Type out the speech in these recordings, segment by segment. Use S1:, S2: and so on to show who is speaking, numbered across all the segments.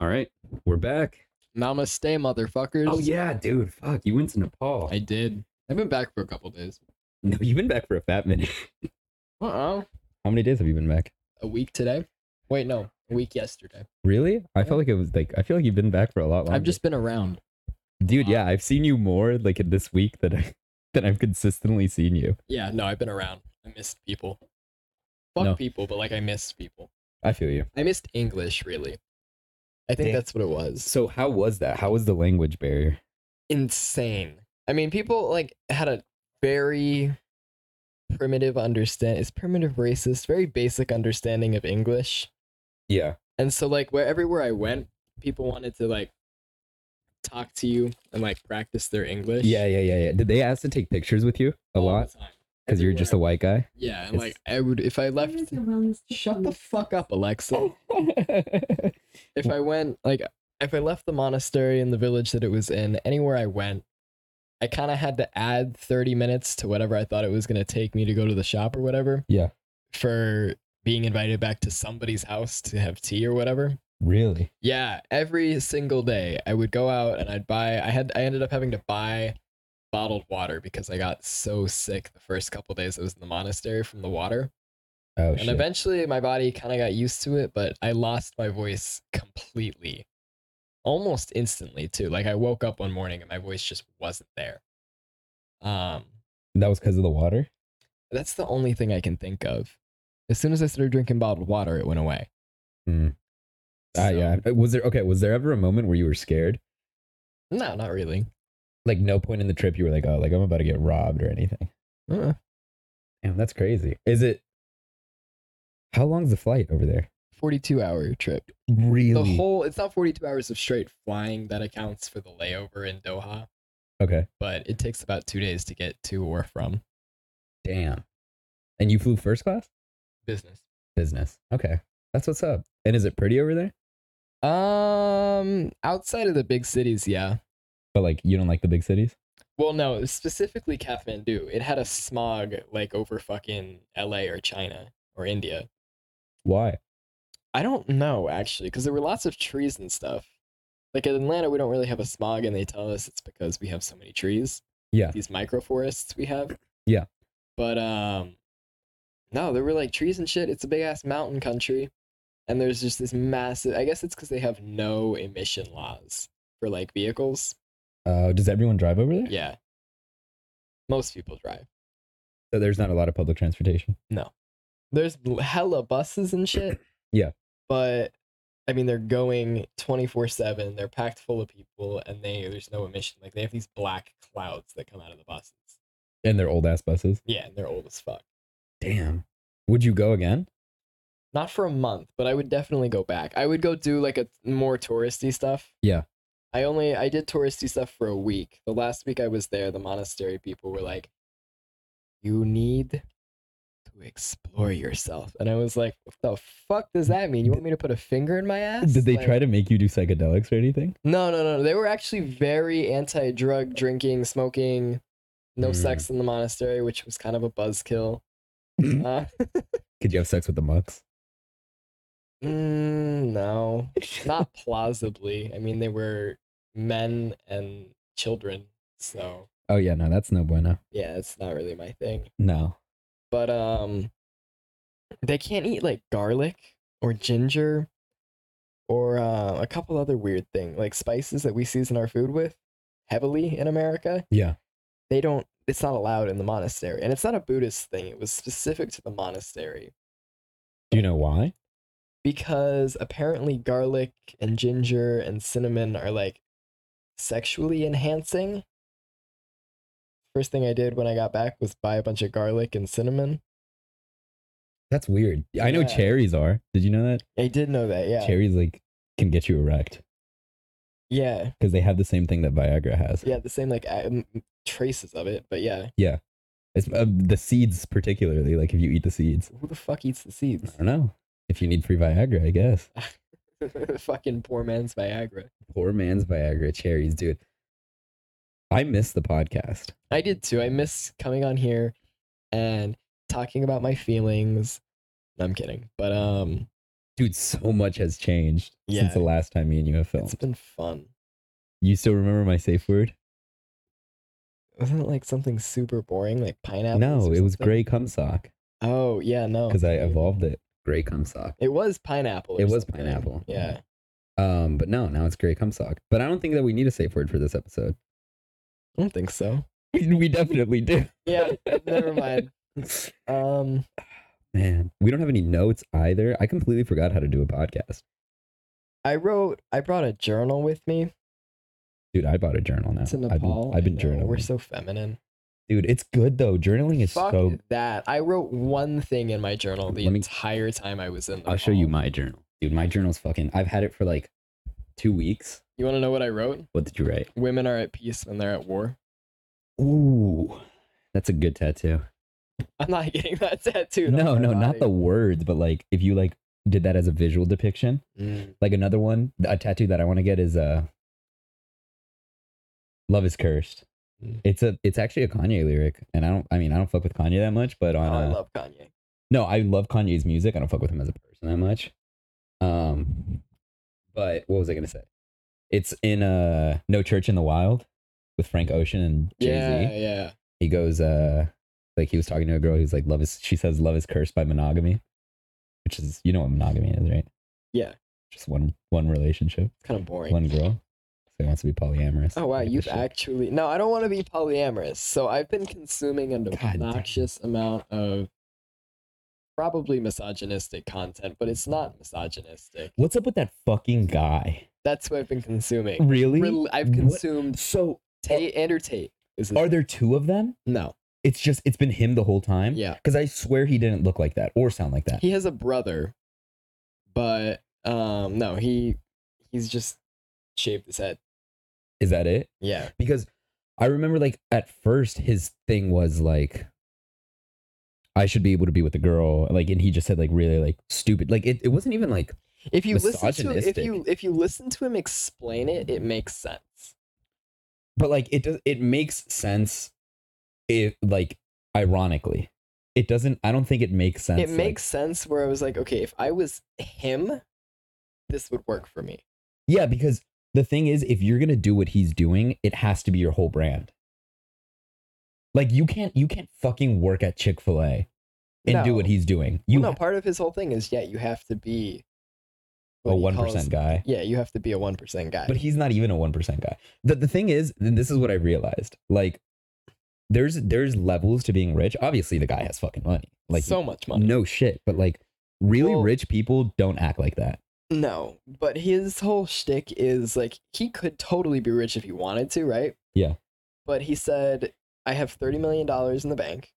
S1: All right, we're back.
S2: Namaste, motherfuckers.
S1: Oh yeah, dude. Fuck, you went to Nepal.
S2: I did. I've been back for a couple days.
S1: no, you've been back for a fat minute.
S2: Uh-oh.
S1: How many days have you been back?
S2: A week today? Wait, no. A week yesterday.
S1: Really? I felt like it was like I feel like you've been back for a lot longer.
S2: I've just been around.
S1: dude. Yeah, I've seen you more like in this week than I than I've consistently seen you.
S2: Yeah, no, I've been around. I missed people. Fuck
S1: No.
S2: people, but like I missed people.
S1: I feel you.
S2: I missed English, really. I think
S1: Damn.
S2: that's what it was.
S1: So how was that? How was the language barrier?
S2: Insane. I mean, people like had a very primitive understand. It's primitive racist, very basic understanding of English.
S1: Yeah.
S2: And so like where everywhere I went, people wanted to like talk to you and like practice their English.
S1: Yeah, yeah, yeah, yeah. Did they ask to take pictures with you a
S2: all the
S1: lot?
S2: time.
S1: Because you're just a
S2: Everywhere.
S1: white guy.
S2: Yeah, and
S1: it's-
S2: like I would if I left Shut the fuck up, Alexa. if I went like if I left the monastery in the village that it was in, anywhere I went, I kind of had to add 30 minutes to whatever I thought it was going to take me to go to the shop or whatever.
S1: Yeah.
S2: For being invited back to somebody's house to have tea or whatever.
S1: really?
S2: Yeah, every single day I would go out and I'd buy I had I ended up having to buy bottled water because I got so sick the first couple days I was in the monastery from the water.
S1: Oh
S2: and
S1: shit.
S2: eventually my body kind of got used to it, but I lost my voice completely. Almost instantly too. Like I woke up one morning and my voice just wasn't there. Um
S1: that was because of the water.
S2: that's the only thing I can think of. As soon as I started drinking bottled water, it went away.
S1: Hmm. Ah,
S2: So-
S1: yeah. Was there okay? Was there ever a moment where you were scared?
S2: No, not really.
S1: Like no point in the trip you were like, oh, like I'm about to get robbed or anything.
S2: Uh-uh.
S1: Damn, that's crazy. Is it? How long's the flight over there?
S2: 42 hour trip.
S1: Really?
S2: the whole it's not 42 hours of straight flying that accounts for the layover in doha
S1: okay.
S2: but it takes about two days to get to or from
S1: Damn. And you flew first class?
S2: business
S1: Business. Okay. That's what's up. And is it pretty over there?
S2: um outside of the big cities yeah
S1: But like, you don't like the big cities?
S2: well no specifically kathmandu it had a smog like over fucking la or china or india
S1: Why?
S2: i don't know actually because there were lots of trees and stuff like in atlanta we don't really have a smog and they tell us it's because we have so many trees
S1: Yeah.
S2: these microforests we have.
S1: Yeah.
S2: But um no, there were like trees and shit. It's a big ass mountain country. And there's just this massive I guess it's because they have no emission laws for like vehicles.
S1: Uh, does everyone drive over there?
S2: Yeah. Most people drive.
S1: So there's not a lot of public transportation.
S2: There's bl- hella buses and shit.
S1: Yeah.
S2: But I mean they're going twenty four seven, they're packed full of people and they there's no emission. Like they have these black clouds that come out of the buses.
S1: And they're old ass buses.
S2: Yeah, and they're old as fuck.
S1: Damn. Would you go again?
S2: not for a month, but I would definitely go back. I would go do like a more touristy stuff.
S1: Yeah.
S2: I only I did touristy stuff for a week. The last week I was there, the monastery people were like, "You need to explore yourself," and I was like, "What the fuck does that mean? You want me to put a finger in my ass?"
S1: Did they
S2: Like,
S1: try to make you do psychedelics or anything?
S2: No, no, no. They were actually very anti-drug, drinking, smoking, no
S1: Mm.
S2: sex in the monastery, which was kind of a buzzkill. uh,
S1: Could you have sex with the mucks?
S2: Mm, no, not plausibly. I mean, they were men and children, so
S1: Oh yeah, no, that's no bueno.
S2: yeah, it's not really my thing.
S1: No.
S2: But um, they can't eat like garlic or ginger or uh, a couple other weird thing like spices that we season our food with heavily in America.
S1: Yeah.
S2: They don't. It's not allowed in the monastery, and it's not a Buddhist thing. It was specific to the monastery.
S1: Do you know why?
S2: because apparently garlic and ginger and cinnamon are like sexually enhancing. First thing I did when I got back was buy a bunch of garlic and cinnamon.
S1: That's weird. I know
S2: Yeah.
S1: cherries are. Did you know that?
S2: I did know that, yeah.
S1: Cherries like can get you erect
S2: Yeah.
S1: because they have the same thing that Viagra has.
S2: Yeah, the same like a- m- m- traces of it, but yeah.
S1: It's uh, the seeds particularly. Like if you eat the seeds,
S2: Who the fuck eats the
S1: I
S2: seeds?
S1: don't know. If you need free Viagra, I guess.
S2: Fucking poor man's Viagra.
S1: Poor man's Viagra cherries, dude. I miss the podcast.
S2: I did too. I miss coming on here and talking about my feelings. No, I'm kidding. But um
S1: Dude, so much has changed
S2: Yeah.
S1: since the last time me and you have filmed.
S2: It's been fun.
S1: You still remember my safe word?
S2: Wasn't it like something super boring, like pineapple?
S1: no, it was gray cum sock
S2: Oh yeah, no.
S1: because I evolved it. Gray cum sock.
S2: It was pineapple. or
S1: It was
S2: something.
S1: pineapple.
S2: Yeah.
S1: Um, but no, now it's gray cum sock. But I don't think that we need a safe word for this episode.
S2: I don't think so.
S1: We we definitely do.
S2: Yeah. never mind. Um.
S1: Man, we don't have any notes either. I completely forgot how to do a podcast.
S2: I wrote. I brought a journal with me
S1: Dude, I bought a journal now.
S2: to
S1: Oh, I've been-
S2: Nepal.
S1: I've been,
S2: I know,
S1: journaling.
S2: We're so feminine.
S1: Dude, it's good though. Journaling is
S2: Fuck
S1: so.
S2: that. I wrote one thing in my journal the
S1: Let me-
S2: entire time I was in.
S1: I'll show you
S2: Nepal.
S1: my journal. Dude, my journal's fucking. I've had it for like two weeks.
S2: You want to know what I wrote?
S1: What did you write?
S2: Women are at peace when they're at war.
S1: Ooh, that's a good tattoo.
S2: I'm not getting that tattooed.
S1: no,
S2: on my
S1: no, not the
S2: body.
S1: words, but like if you like did that as a visual depiction.
S2: Mm.
S1: Like another one, a tattoo that I want to get is uh Love is cursed.
S2: Mm.
S1: It's a it's actually a Kanye lyric and I don't I mean I don't fuck with Kanye that much, but
S2: Oh,
S1: on
S2: I
S1: uh,
S2: love Kanye.
S1: No, I love Kanye's music. I don't fuck with him as a person that much. Um, but what was I gonna say? It's in uh No Church in the Wild with Frank Ocean and Jay Z.
S2: Yeah, yeah.
S1: He goes uh like he was talking to a girl who's like love is she says love is cursed by monogamy, which is you know what monogamy is, right?
S2: Yeah.
S1: Just one one relationship,
S2: It's kind of boring.
S1: one girl. So he wants to be polyamorous.
S2: Oh wow,
S1: Like
S2: you've
S1: this shit.
S2: actually no. I don't want to be polyamorous, so I've been consuming an
S1: God damn.
S2: obnoxious amount of probably misogynistic content, but it's not misogynistic.
S1: What's up with that fucking guy?
S2: That's what I've been consuming.
S1: Really?
S2: Rel- I've
S1: What-
S2: consumed
S1: So
S2: Tate Andrew Tate. Is it?
S1: are there two of them?
S2: No,
S1: It's just it's been him the whole time.
S2: yeah,
S1: Because I swear he didn't look like that or sound like that.
S2: he has a brother, but um, no, he he's just shaved his head.
S1: Is that it?
S2: Yeah,
S1: Because I remember like at first his thing was like I should be able to be with a girl. Like and he just said like really like stupid. Like it, it wasn't even like
S2: if you listen to if
S1: Misogynistic.
S2: you if you listen to him explain it, it makes sense.
S1: but like it does it makes sense if like ironically. It doesn't I don't think it makes sense.
S2: it
S1: like-
S2: makes sense where I was like, okay, if I was him, this would work for me.
S1: Yeah, because the thing is, if you're gonna do what he's doing, it has to be your whole brand. Like you can't you can't fucking work at Chick Fil A and do
S2: No.
S1: what he's doing.
S2: You
S1: You
S2: know, part of his whole thing is yeah, you have to be what
S1: a
S2: he
S1: one
S2: calls-
S1: percent guy,
S2: Yeah, you have to be a one percent guy.
S1: but he's not even a one percent guy. The the thing is, and this is what I realized. Like, there's there's levels to being rich. Obviously, the guy has fucking money. Like,
S2: so much money.
S1: no shit. But like, really
S2: Well-
S1: rich people don't act like that.
S2: No, but his whole shtick is like he could totally be rich if he wanted to, right?
S1: Yeah.
S2: But he said, I have thirty million dollars in the bank,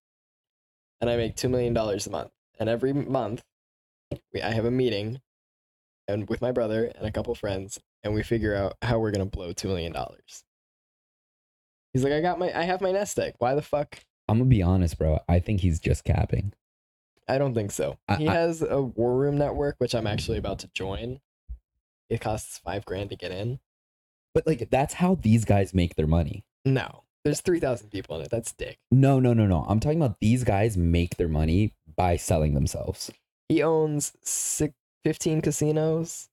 S2: and I make two million dollars a month. And every month, we I have a meeting, and with my brother and a couple friends, and we figure out how we're gonna blow two million dollars. He's like, I got my, I have my nest egg. Why the fuck?
S1: I'm gonna be honest, bro. I think he's just capping.
S2: I don't think so.
S1: I-
S2: he
S1: I-
S2: has a war room network, which I'm actually about to join. It costs five grand to get in.
S1: But like, that's how these guys make their money.
S2: No, there's three thousand people in it. That's dick.
S1: No, no, no, no. I'm talking about these guys make their money by selling themselves.
S2: He owns six, 15 casinos.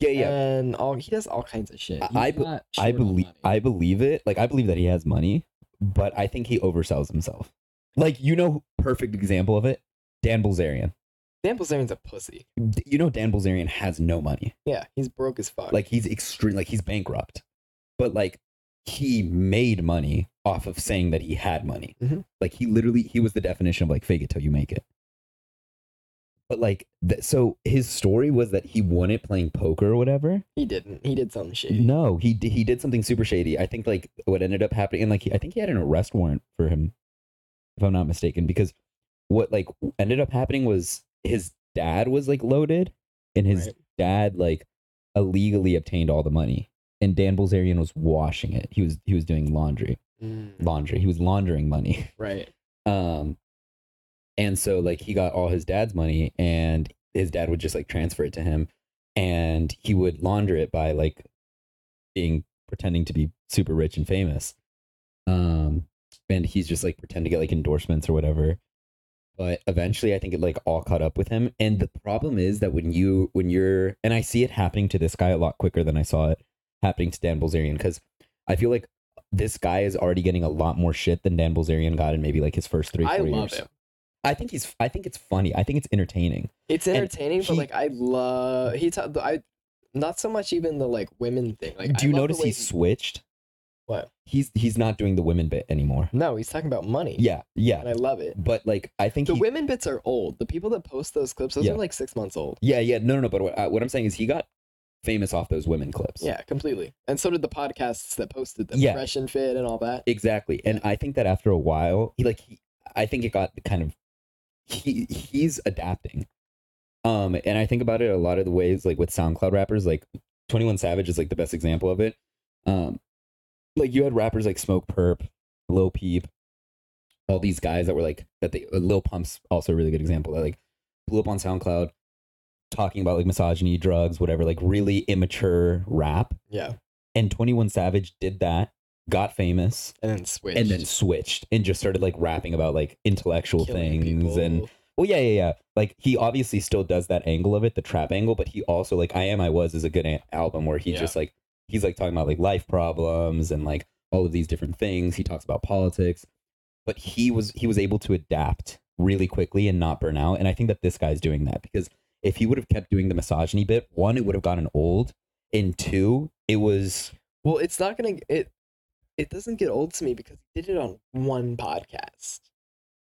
S1: Yeah,
S2: and all he does all kinds of shit.
S1: I-
S2: He's
S1: Uh, I be- I
S2: not short on
S1: believe
S2: money.
S1: I believe it. Like I believe that he has money, but I think he oversells himself. Like you know, perfect example of it, Dan Bilzerian.
S2: Dan Bilzerian's a pussy.
S1: D- You know, Dan Bilzerian has no money.
S2: Yeah, he's broke as fuck.
S1: Like he's extreme. Like he's bankrupt. But like he made money off of saying that he had money.
S2: Mhm.
S1: Like he literally he was the definition of like fake it till you make it. But like th- so his story was that he won it playing poker or whatever.
S2: he didn't. He did something shady.
S1: No, he d- he did something super shady. I think like what ended up happening and like he, I think he had an arrest warrant for him if I'm not mistaken because what like ended up happening was his dad was like loaded and his
S2: right?
S1: dad like illegally obtained all the money and Dan Bilzerian was washing it. He was he was doing laundry,
S2: Mm,
S1: laundry. He was laundering money.
S2: right.
S1: Um and so like he got all his dad's money and his dad would just like transfer it to him and he would launder it by like being pretending to be super rich and famous. Um and he's just like pretending to get like endorsements or whatever. but eventually i think it like all caught up with him and the problem is that when you when you're and i see it happening to this guy a lot quicker than i saw it happening to dan bilzerian because i feel like this guy is already getting a lot more shit than dan bilzerian got in maybe like his first three four
S2: I
S1: years
S2: love him.
S1: i think he's i think it's funny i think it's entertaining
S2: It's
S1: And
S2: entertaining, but
S1: he-
S2: like I love he. ta- I not so much even the like women thing. Like,
S1: do
S2: I
S1: you
S2: love the
S1: notice
S2: way
S1: he switched
S2: What?
S1: he's he's not doing the women bit anymore
S2: No, he's talking about money.
S1: yeah
S2: and
S1: yeah
S2: I love it.
S1: but like i think
S2: The
S1: he,
S2: women bits are old. The people that post those clips, those
S1: Yeah.
S2: are like six months old.
S1: yeah yeah no no no but what, I, what i'm saying is he got famous off those women clips
S2: Yeah, completely. And so did the podcasts that posted them,
S1: Yeah.
S2: Fresh and Fit and all that.
S1: Exactly. And I think that after a while, he like he, I think it got kind of he he's adapting. Um and I think about it a lot of the ways like with SoundCloud rappers like 21 Savage is like the best example of it. Um like you had rappers like Smoke Perp, Lil Peep, all these guys that were like that they uh, Lil Pump's also a really good example that like blew up on SoundCloud talking about like misogyny, drugs, whatever, like really immature rap.
S2: Yeah,
S1: And 21 Savage did that, got famous,
S2: and then switch
S1: and then switched and just started like rapping about like intellectual things and well yeah yeah yeah like he obviously still does that angle of it the trap angle but he also like i am i was is a good a- album where he
S2: Yeah.
S1: just like he's like talking about like life problems and like all of these different things he talks about politics but he was he was able to adapt really quickly and not burn out and i think that this guy's doing that because if he would have kept doing the misogyny bit one it would have gotten old and two it was
S2: Well, it's not gonna it. It doesn't get old to me because he did it on one podcast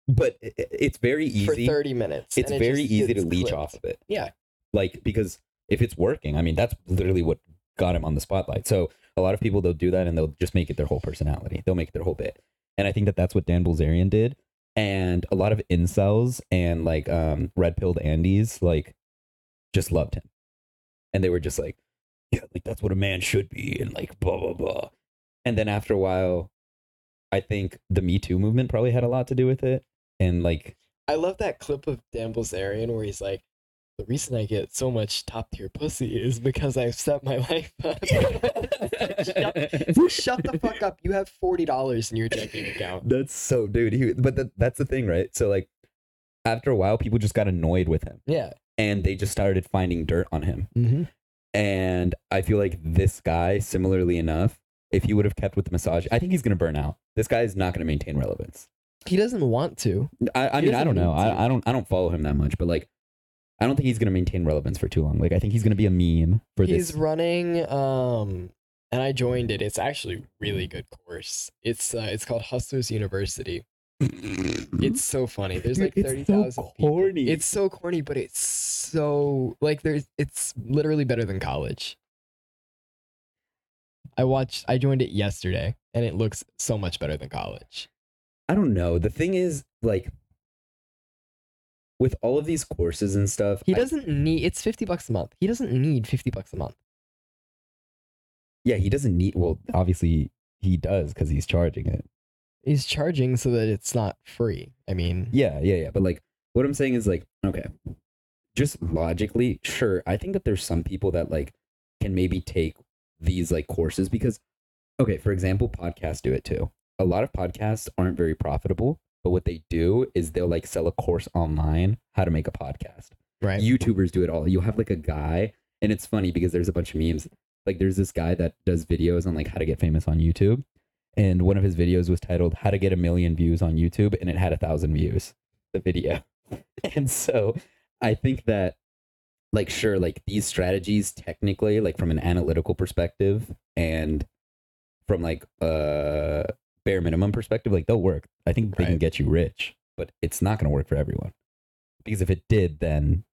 S1: but i- i- it's very easy
S2: for thirty minutes.
S1: it's
S2: and it
S1: very
S2: just
S1: easy to
S2: gets
S1: leech
S2: clipped.
S1: off of it.
S2: Yeah.
S1: Like because if it's working, I mean that's literally what got him on the spotlight. So a lot of people they'll do that and they'll just make it their whole personality. They'll make it their whole bit. And I think that that's what Dan Bilzerian did. And a lot of incels and like um red pilled Andes like just loved him. And they were just like, yeah, like that's what a man should be and like blah blah blah. And then after a while, I think the Me Too movement probably had a lot to do with it. And like
S2: I love that clip of Dan Bilzerian where he's like, "The reason I get so much top tier pussy is because I've set my life up." shut, shut the fuck up! You have forty dollars in your checking account.
S1: That's so dude. He, but that, that's the thing, right? So like, after a while, people just got annoyed with him,
S2: Yeah.
S1: and they just started finding dirt on him.
S2: Mm-hmm.
S1: And I feel like this guy, similarly enough, if he would have kept with the massage, I think he's gonna burn out. This guy is not gonna maintain relevance.
S2: He doesn't want to.
S1: I, I
S2: He
S1: mean, I don't
S2: doesn't
S1: know.
S2: need to.
S1: I, I don't. I don't follow him that much, but like, I don't think he's gonna maintain relevance for too long. Like, I think he's gonna be a meme for
S2: he's
S1: this.
S2: running um and i joined it it's actually really good course it's uh, it's called hustlers university Hmm? it's so funny there's
S1: Dude,
S2: like
S1: it's so
S2: 30000 people.
S1: corny.
S2: it's so corny but it's so like there's it's literally better than college i watched i joined it yesterday and it looks so much better than college
S1: I don't know. The thing is, like, with all of these courses and stuff,
S2: he
S1: I-
S2: doesn't need it's 50 bucks a month he doesn't need 50 bucks a month
S1: Yeah, he doesn't need. Well, obviously he does because he's charging it.
S2: he's charging so that it's not free i mean
S1: Yeah, yeah, yeah. But like, what I'm saying is like, okay, just logically, sure. I think that there's some people that like can maybe take these like courses because, okay, for example, podcasts do it too. A lot of podcasts aren't very profitable, but what they do is they'll like sell a course online how to make a podcast.
S2: right
S1: YouTubers do it all. You'll have like a guy, and it's funny because there's a bunch of memes. Like there's this guy that does videos on like how to get famous on YouTube, and one of his videos was titled "How to Get a Million Views on YouTube," and it had a thousand views. The video, and so I think that, like, sure, like these strategies technically, like from an analytical perspective and from like a bare minimum perspective, like they'll work. I think they can
S2: Right.
S1: get you rich, but it's not going to work for everyone. Because if it did, then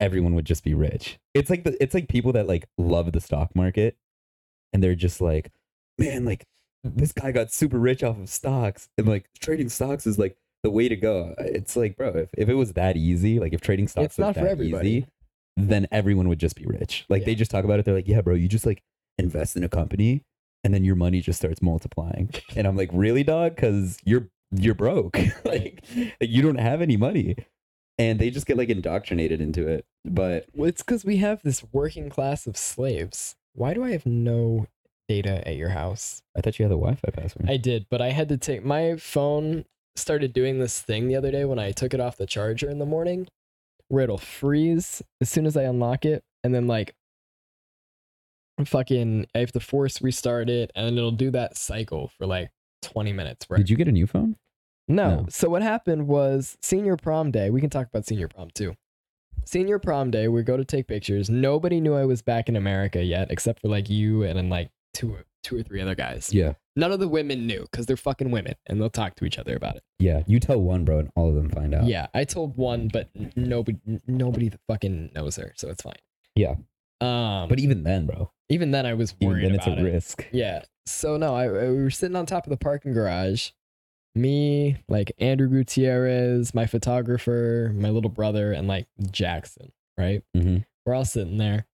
S1: everyone would just be rich. It's like the it's like people that like love the stock market and they're just like, man, like this guy got super rich off of stocks and like trading stocks is like the way to go. Uh, It's like, bro, if, if it was that easy, like if trading stocks
S2: it's
S1: was
S2: not for
S1: that
S2: everybody
S1: easy, then everyone would just be rich. Like they
S2: Yeah.
S1: just talk about it. They're like, yeah, bro, you just like invest in a company and then your money just starts multiplying. And I'm like, really, dog? Because you're you're broke. like, like you don't have any money. And they just get like indoctrinated into it. But
S2: Well, it's because we have this working class of slaves. Why do I have no data at your house?
S1: I thought you had the Wi-Fi password.
S2: I did, but I had to take my phone started doing this thing the other day when I took it off the charger in the morning where it'll freeze as soon as I unlock it and then like fucking I have to force restart it and it'll do that cycle for like 20 minutes where I
S1: Did you get a new phone?
S2: no.
S1: No.
S2: So what happened was senior prom day. We can talk about senior prom too. Senior prom day, we go to take pictures. Nobody knew I was back in America yet, except for like you and then like two, two or three other guys.
S1: Yeah.
S2: None of the women knew because they're fucking women and they'll talk to each other about it.
S1: Yeah. You tell one, bro, and all of them find out.
S2: Yeah, I told one, but n- nobody, n- nobody th- fucking knows her, so it's fine.
S1: Yeah.
S2: Um,
S1: But even then, bro,
S2: even then, I was
S1: even
S2: worried
S1: then it's
S2: about
S1: a
S2: it.
S1: risk.
S2: Yeah. So no, I, I- we were sitting on top of the parking garage. Me, like Andrew Gutierrez, my photographer, my little brother, and like Jackson, right?
S1: Mm-hmm.
S2: We're all sitting there.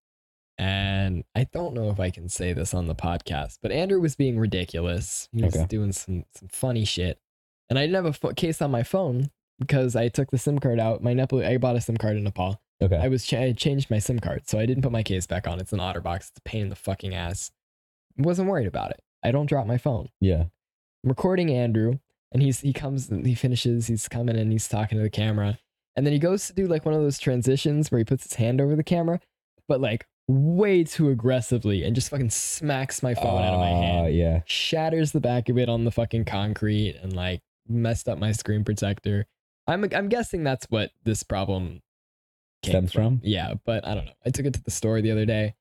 S2: And I don't know if I can say this on the podcast, but Andrew was being ridiculous. He was
S1: Okay.
S2: doing some some funny shit. And I didn't have a pho- case on my phone because I took the SIM card out. My Nepal, I bought a SIM card in Nepal.
S1: Okay.
S2: I was ch- I had changed my SIM card, so I didn't put my case back on. It's an OtterBox. It's a pain in the fucking ass. Wasn't worried about it. I don't drop my phone.
S1: yeah.
S2: I'm recording Andrew, and he's he comes, and he finishes, he's coming, and he's talking to the camera, and then he goes to do like one of those transitions where he puts his hand over the camera, but like way too aggressively, and just fucking smacks my phone out of my hand
S1: Ah, Yeah.
S2: shatters the back of it on the fucking concrete and like messed up my screen protector. I'm I'm guessing that's what this problem came
S1: Stems from?
S2: Yeah, but I don't know. I took it to the store the other day,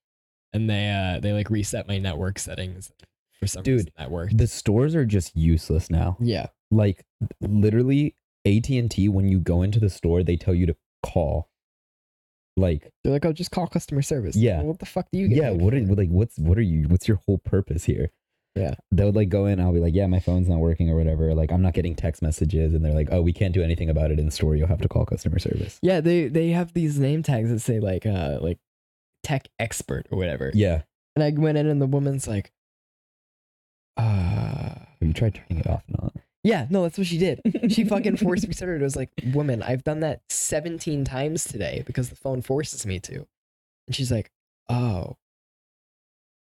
S2: and they uh they like reset my network settings for some
S1: Dude.
S2: reason that worked.
S1: The stores are just useless now.
S2: Yeah,
S1: Like literally, AT and T. When you go into the store, they tell you to call. Like,
S2: they're like, oh, just call customer service.
S1: Yeah.
S2: Well, what the fuck do you? Get
S1: yeah.
S2: paid
S1: What are
S2: for?
S1: like? What's what are you? What's your whole purpose here?
S2: Yeah.
S1: They would like go in. I'll be like, yeah, my phone's not working or whatever. Like, I'm not getting text messages, and they're like, oh, we can't do anything about it in store. You'll have to call customer service.
S2: Yeah, they they have these name tags that say like uh like tech expert or whatever.
S1: Yeah.
S2: And I went in and the woman's like, uh
S1: You tried turning it off, not.
S2: Yeah, no, that's what she did. She fucking forced me to it. It was like, woman, I've done that 17 times today because the phone forces me to. And she's like, oh.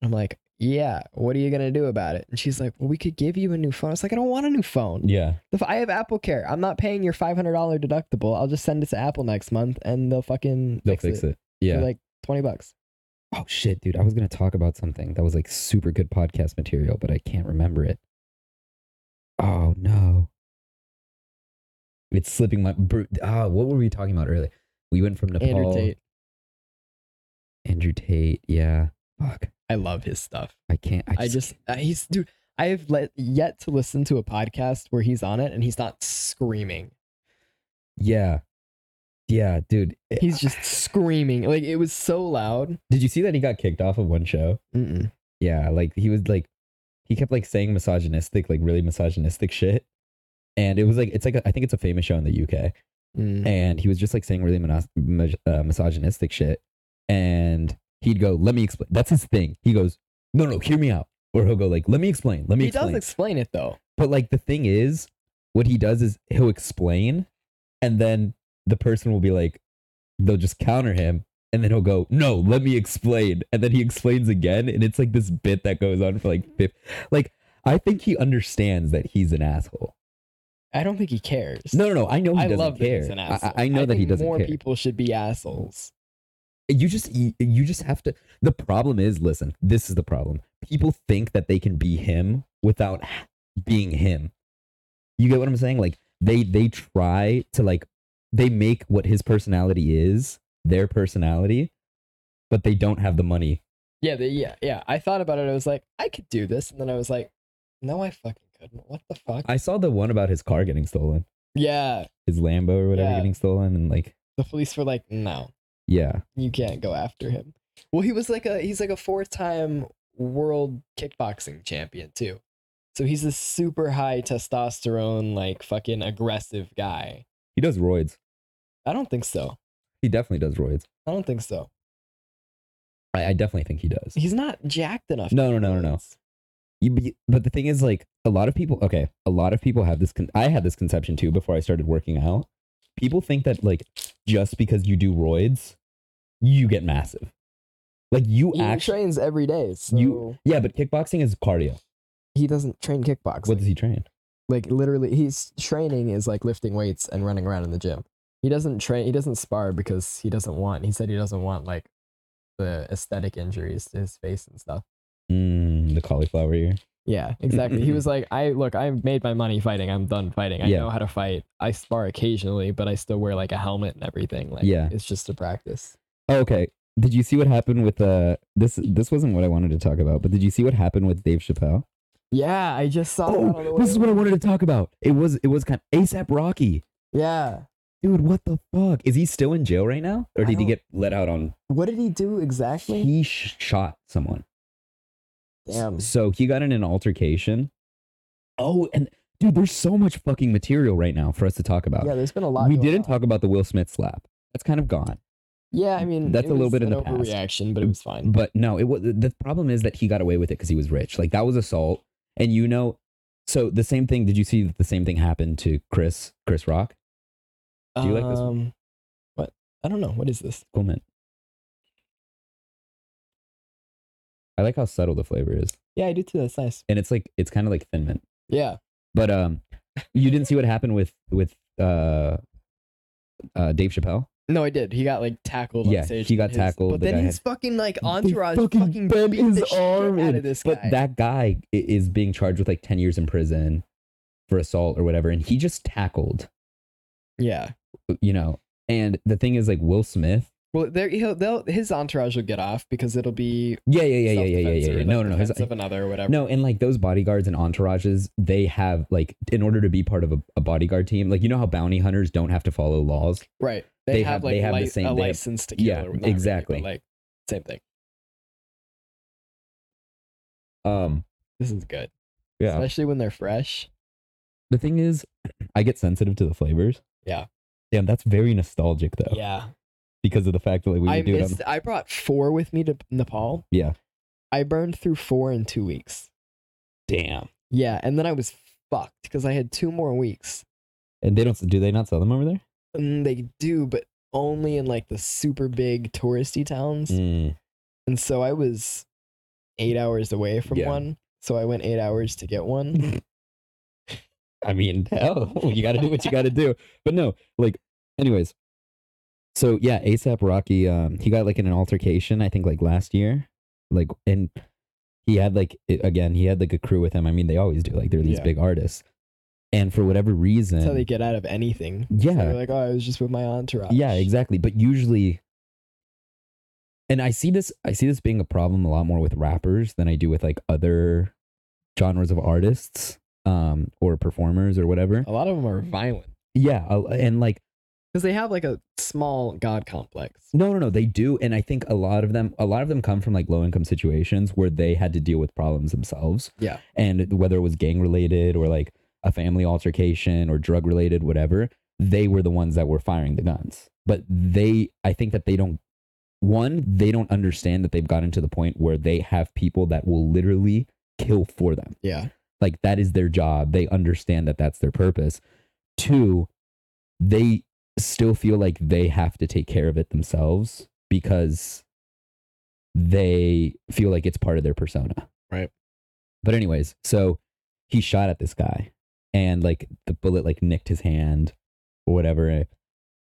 S2: I'm like, yeah, what are you going to do about it? And she's like, well, we could give you a new phone. I was like, I don't want a new phone.
S1: Yeah.
S2: The f- I have Apple Care. I'm not paying your $500 deductible. I'll just send it to Apple next month and they'll fucking
S1: They'll fix it. Yeah.
S2: for like 20 bucks.
S1: Oh shit, dude! I was gonna talk about something that was like super good podcast material, but I can't remember it. Oh no, it's slipping my. br- Ah, what were we talking about earlier? We went from Nepal.
S2: Andrew Tate.
S1: Andrew Tate, Yeah. Fuck.
S2: I love his stuff.
S1: I can't. I just.
S2: I just uh, he's dude. I have let, yet to listen to a podcast where he's on it and he's not screaming.
S1: yeah. Yeah, dude. It-
S2: He's just screaming like it was so loud.
S1: Did you see that he got kicked off of one show?
S2: Mm-mm.
S1: Yeah, like he was like, he kept like saying misogynistic, like really misogynistic shit, and it was like it's like a, I think it's a famous show in the UK.
S2: Mm.
S1: and he was just like saying really monos- mis- uh, misogynistic shit. And he'd go, "Let me explain." That's his thing. He goes, "No, no, hear me out," or he'll go like, "Let me explain. Let me
S2: He
S1: explain."
S2: does explain it though.
S1: but like the thing is, what he does is he'll explain, and then the person will be like, they'll just counter him. And then he'll go, no, let me explain. And then he explains again. And it's like this bit that goes on for like, fif- like, I think he understands that he's an asshole.
S2: I don't think he cares.
S1: No, no, no. I know he
S2: I
S1: doesn't
S2: love that
S1: care.
S2: he's an
S1: I-
S2: asshole.
S1: I, I know that he
S2: think
S1: doesn't
S2: More
S1: care.
S2: people should be assholes.
S1: you just you, you just have to the problem is listen this is the problem people think that they can be him without being him you get what i'm saying like they they try to like they make what his personality is their personality but they don't have the money
S2: Yeah, they, yeah, yeah. I thought about it. I was like, I could do this, and then I was like, No, I fucking couldn't. What the fuck?
S1: i saw the one about his car getting stolen
S2: yeah,
S1: his lambo or whatever
S2: Yeah.
S1: getting stolen and like
S2: the police were like, No.
S1: yeah
S2: you can't go after him. Well, he was like a he's like a four time world kickboxing champion too. So he's this super high testosterone, like fucking aggressive guy.
S1: he does roids
S2: I don't think so.
S1: he definitely does roids
S2: I don't think so.
S1: i, I definitely think he does
S2: He's not jacked enough.
S1: No,
S2: to
S1: no, no, no, no.
S2: lose.
S1: You, but, you- but the thing is, like, a lot of people, okay, a lot of people have this. Con- I had this conception too before I started working out. People think that, like, just because you do roids, you get massive. Like, you
S2: He
S1: actually,
S2: trains every day. So
S1: You- yeah, but kickboxing is cardio.
S2: he doesn't train kickboxing.
S1: What does he train?
S2: Like literally, his training is like lifting weights and running around in the gym. He doesn't train. He doesn't spar because he doesn't want. He said he doesn't want like the aesthetic injuries to his face and stuff.
S1: Mm, the cauliflower ear.
S2: Yeah, exactly. he was like, I look, I made my money fighting. I'm done fighting. I
S1: Yeah.
S2: know how to fight. I spar occasionally, but I still wear like a helmet and everything. Like,
S1: Yeah.
S2: it's just a practice.
S1: Oh, Okay. Did you see what happened with uh this this wasn't what I wanted to talk about, but did you see what happened with Dave Chappelle?
S2: Yeah, I just saw. that on the
S1: Oh,
S2: way
S1: this is what I
S2: over.
S1: wanted to talk about. It was it was kind of ASAP Rocky.
S2: Yeah.
S1: Dude, what the fuck? Is he still in jail right now? Or
S2: I
S1: did he
S2: don't-
S1: get let out on
S2: What did he do exactly?
S1: he sh- shot someone. S-
S2: Damn.
S1: So he got in an altercation. Oh, and dude, there's so much fucking material right now for us to talk about.
S2: Yeah, there's been a lot.
S1: we
S2: going
S1: didn't
S2: on.
S1: talk about the Will Smith slap. That's kind of gone.
S2: Yeah, I mean
S1: That's
S2: it
S1: a little
S2: was
S1: bit in
S2: an
S1: the past.
S2: overreaction, but it was fine.
S1: But no, it was the problem is that he got away with it because he was rich. Like that was assault, and you know, so the same thing. Did you see that the same thing happened to Chris Chris Rock? do you like this one?
S2: Um, What? I don't know. What is this?
S1: Cool mint. I like how subtle the flavor is,
S2: Yeah, I do too. That's nice.
S1: and it's like it's kind of like thin mint.
S2: Yeah.
S1: But um, you didn't see what happened with with uh, uh Dave Chappelle.
S2: No, I did. He got like tackled.
S1: Yeah,
S2: on stage
S1: he
S2: with
S1: got
S2: his-
S1: tackled,
S2: But
S1: the guy
S2: then his
S1: had-
S2: fucking like
S1: They
S2: entourage fucking,
S1: bent
S2: beat the shit out of this
S1: But
S2: guy.
S1: that guy i- is being charged with like ten years in prison for assault or whatever, and he just tackled,
S2: yeah.
S1: you know. And the thing is, like Will Smith.
S2: Well, there he'll they'll, his entourage will get off because it'll be
S1: Yeah, yeah, yeah, yeah, yeah, yeah,
S2: self-defense
S1: yeah,
S2: or,
S1: yeah. No,
S2: like,
S1: no, no. His,
S2: defense of another or whatever.
S1: no, and like those bodyguards and entourages, they have like in order to be part of a, a bodyguard team, like you know how bounty hunters don't have to follow laws.
S2: right. They,
S1: they
S2: have,
S1: have-
S2: like
S1: they have the
S2: li-
S1: same-
S2: a
S1: they have-
S2: license to kill.
S1: yeah,
S2: or not really,
S1: exactly.
S2: but, like same thing.
S1: Um,
S2: This is good,
S1: yeah.
S2: especially when they're fresh.
S1: The thing is, I get sensitive to the flavors.
S2: Yeah.
S1: Damn, that's very nostalgic though,
S2: Yeah.
S1: because of the fact that like, we
S2: I
S1: would do it on
S2: missed. I brought four with me to Nepal.
S1: Yeah.
S2: I burned through four in two weeks.
S1: Damn.
S2: Yeah, and then I was fucked because I had two more weeks.
S1: And they don't do they not sell them over there?
S2: And they do, but only in like the super big touristy towns.
S1: Mm,
S2: And so I was eight hours away from
S1: Yeah.
S2: one. So I went eight hours to get one.
S1: I mean, hell, you got to do what you got to do. But no, like, anyways. So yeah, ASAP Rocky, um, he got like in an altercation, I think, like last year, like, and he had like i- again, he had like a crew with him. I mean, they always do. Like, they're these
S2: Yeah.
S1: big artists, and for whatever reason,
S2: That's how they get out of anything.
S1: yeah,
S2: They're like, oh, I was just with my entourage.
S1: Yeah, exactly. But usually, and I see this, I see this being a problem a lot more with rappers than I do with like other genres of artists um, or performers or whatever.
S2: A lot of them are
S1: Mm.
S2: violent
S1: Yeah, I'll- and like
S2: because they have like a small god complex.
S1: no, no, no, they do, and I think a lot of them, a lot of them come from like low income situations where they had to deal with problems themselves.
S2: Yeah.
S1: and whether it was gang related or like a family altercation or drug related, whatever, they were the ones that were firing the guns. But they, I think that they don't, one, they don't understand that they've gotten to the point where they have people that will literally kill for them.
S2: Yeah.
S1: Like that is their job. They understand that that's their purpose. Two, they still feel like they have to take care of it themselves because they feel like it's part of their persona.
S2: Right.
S1: But anyways, so he shot at this guy and like the bullet like nicked his hand or whatever.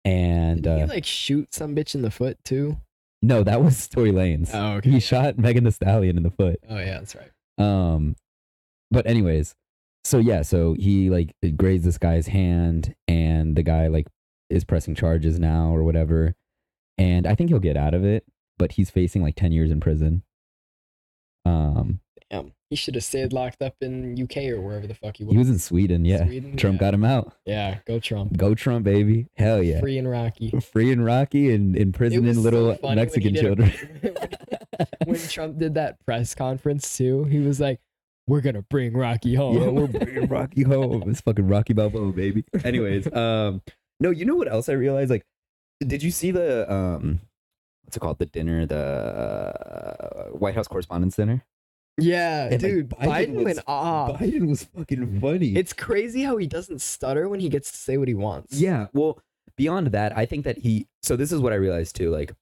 S1: And
S2: Did he
S1: uh,
S2: like shoot some bitch in the foot too?
S1: no, that was Tory Lanes.
S2: Oh, okay.
S1: He shot Megan the Stallion in the foot.
S2: Oh yeah, that's right.
S1: Um, but anyways, so yeah, so he like grades this guy's hand, and the guy like is pressing charges now or whatever, and I think he'll get out of it, but he's facing like ten years in prison. Um,
S2: Damn. He should have stayed locked up in UK or wherever the fuck he was.
S1: he was in Sweden, yeah.
S2: Sweden?
S1: Trump
S2: yeah.
S1: got him out.
S2: Yeah, go Trump.
S1: Go Trump, baby! Hell yeah, free,
S2: Free and Rocky.
S1: and Rocky and imprisoning
S2: was so
S1: little
S2: funny when he
S1: Mexican
S2: did a-
S1: children.
S2: when Trump did that press conference too, he was like, "We're gonna bring Rocky home."
S1: Yeah, we're bringing Rocky home. It's fucking Rocky Balboa, baby. Anyways, um, no, you know what else I realized? Like, did you see the um, what's it called? The dinner, the uh, White House Correspondence Dinner.
S2: Yeah,
S1: And, like,
S2: dude,
S1: Biden
S2: Biden,
S1: was-
S2: went off.
S1: Biden was fucking funny.
S2: Ah. It's crazy how he doesn't stutter when he gets to say what he wants.
S1: yeah. Well, beyond that, I think that he. So this is what I realized too. Like,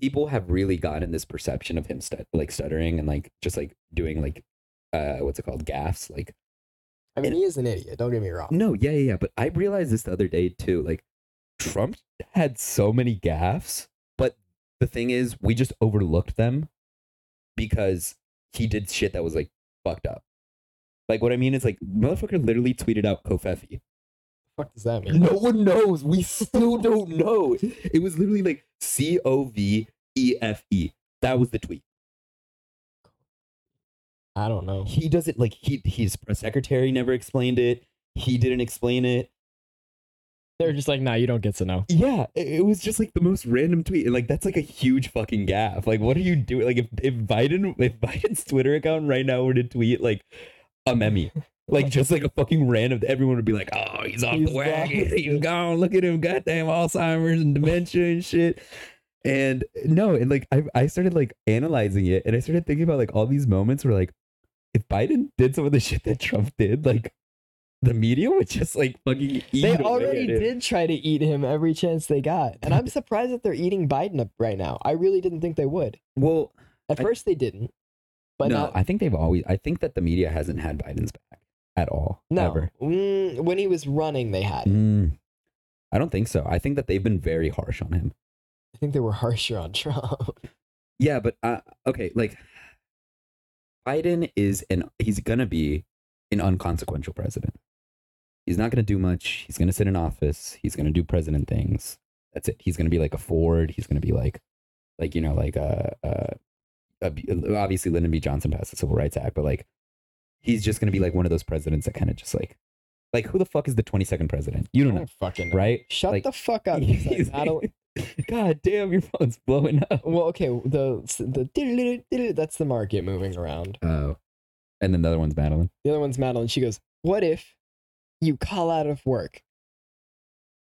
S1: people have really gotten this perception of him stut- like stuttering and like just like doing like, uh, what's it called? Gaffs, like
S2: I mean, he is an idiot. Don't get me wrong.
S1: No, yeah, yeah, yeah. But I realized this the other day too. Like, Trump had so many gaffes, but the thing is, we just overlooked them because he did shit that was like fucked up. Like, what I mean is, like, motherfucker literally tweeted out Kofefi.
S2: What does that mean?
S1: No one knows. We still don't know. It was literally like C O V E F E. That was the tweet.
S2: I don't know.
S1: He doesn't like he his press secretary never explained it. He didn't explain it.
S2: They're just like, nah, you don't get to know.
S1: Yeah, it, it was just like the most random tweet, and like that's like a huge fucking gaffe. Like, what are you doing? Like, if if Biden if Biden's Twitter account right now were to tweet like a meme, like just like a fucking random, everyone would be like, oh, he's off
S2: He's
S1: the
S2: gone.
S1: wagon, he's gone. Look at him, goddamn Alzheimer's and dementia and shit. And no, and like I I started like analyzing it, and I started thinking about like all these moments where like if Biden did some of the shit that Trump did, like. The media would just like fucking eat
S2: They
S1: away
S2: already
S1: at it.
S2: did try to eat him every chance they got. And I'm surprised that they're eating Biden up right now. I really didn't think they would.
S1: Well,
S2: At
S1: I-
S2: first they didn't. But
S1: no,
S2: now-
S1: I think they've always. I think that the media hasn't had Biden's back at all.
S2: no.
S1: ever.
S2: Mm, when he was running they had. it.
S1: Mm. I don't think so. I think that they've been very harsh on him.
S2: I think they were harsher on Trump.
S1: Yeah, but uh, okay, like Biden is an he's gonna be an unconsequential president. He's not gonna do much. He's gonna sit in office. He's gonna do president things. That's it. He's gonna be like a Ford. He's gonna be like, like you know, like uh, a, a, a uh, obviously Lyndon B. Johnson passed the Civil Rights Act, but like he's just gonna be like one of those presidents that kind of just like, like who the fuck is the twenty second president? You don't know,
S2: fucking
S1: right?
S2: Shut
S1: Like,
S2: the fuck up. He's like, I don't,
S1: God damn, your phone's blowing up.
S2: well, okay, the the that's the market moving around.
S1: Oh. And then the other one's Madeline.
S2: The other one's Madeline. She goes, "What if you call out of work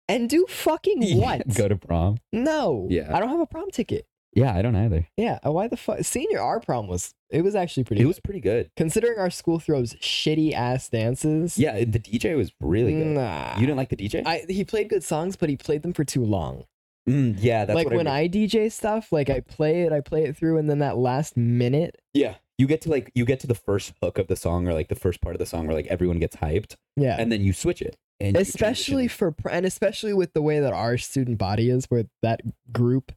S2: and do fucking what?
S1: Go to prom.
S2: no,
S1: Yeah.
S2: I don't have a prom ticket.
S1: Yeah, I don't either.
S2: Yeah, uh, why the fuck? Senior our prom was it was actually pretty.
S1: It
S2: good.
S1: was pretty good.
S2: considering our school throws shitty ass dances.
S1: Yeah, the DJ was really good.
S2: Nah.
S1: You didn't like the DJ?
S2: Mm, I, he played good songs, but he played them for too long.
S1: Mm, yeah, that's
S2: like
S1: what
S2: when
S1: I, re-
S2: I DJ stuff, like I play it, I play it through, and then that last minute,
S1: yeah. You get to like you get to the first hook of the song or like the first part of the song where like everyone gets hyped
S2: yeah,
S1: and then you switch it. And you
S2: especially
S1: transition.
S2: for pr- and especially with the way that our student body is where that group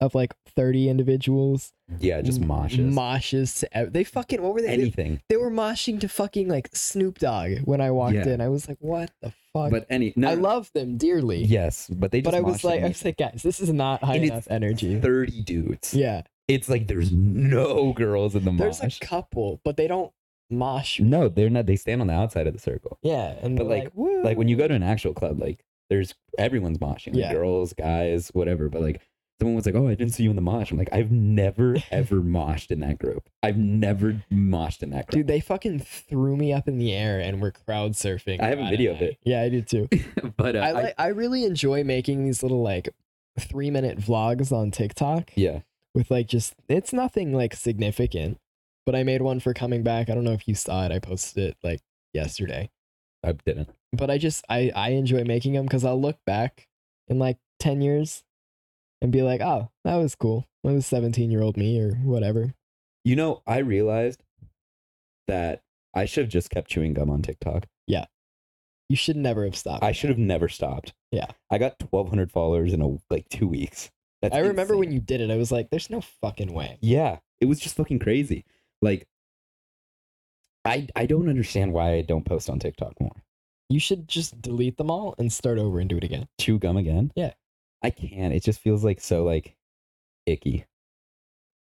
S2: of like 30 individuals
S1: yeah, just
S2: m-
S1: moshes.
S2: moshes to ev- they fucking what were they they,
S1: anything.
S2: they were moshing to fucking like snoop dogg when i walked
S1: Yeah.
S2: in i was like what the fuck
S1: But any no
S2: i love them dearly
S1: Yes, but they just
S2: but i was
S1: moshed
S2: like i
S1: and
S2: was like guys this is not high
S1: And it's
S2: enough energy
S1: 30 dudes.
S2: yeah
S1: It's like there's no girls in the mosh.
S2: there's a couple but they don't mosh
S1: no, they're not they stand on the outside of the circle.
S2: yeah and
S1: But,
S2: they're
S1: like- like when
S2: "Woo."
S1: you go to an actual club, like there's everyone's moshing, like,
S2: Yeah.
S1: girls, guys, whatever. But like someone was like, "Oh, I didn't see you in the mosh." I'm like, I've never ever moshed in that group. I've never moshed in that group.
S2: Dude, they fucking threw me up in the air and we're crowd surfing.
S1: I have a
S2: about
S1: video of
S2: and I-
S1: it.
S2: Yeah, I do too.
S1: but uh,
S2: I
S1: I
S2: like I really enjoy making these little like three minute vlogs on TikTok
S1: yeah,
S2: with like just it's nothing like significant. But I made one for coming back. I don't know if you saw it. I posted it like yesterday.
S1: I didn't.
S2: But I just I I enjoy making them because I'll look back in like ten years and be like, oh, that was cool. That was seventeen year old me or whatever.
S1: You know, I realized that I should have just kept chewing gum on TikTok.
S2: You should never have stopped.
S1: I should have never stopped.
S2: Yeah.
S1: I got 1,200 followers in a, like two weeks. That's
S2: I remember
S1: insane.
S2: when you did it. I was like, there's no fucking way.
S1: Yeah, it was just fucking crazy. Like, I I don't understand why I don't post on TikTok more.
S2: You should just delete them all and start over and do it again.
S1: Chew gum again?
S2: Yeah.
S1: I can't. It just feels like so like icky.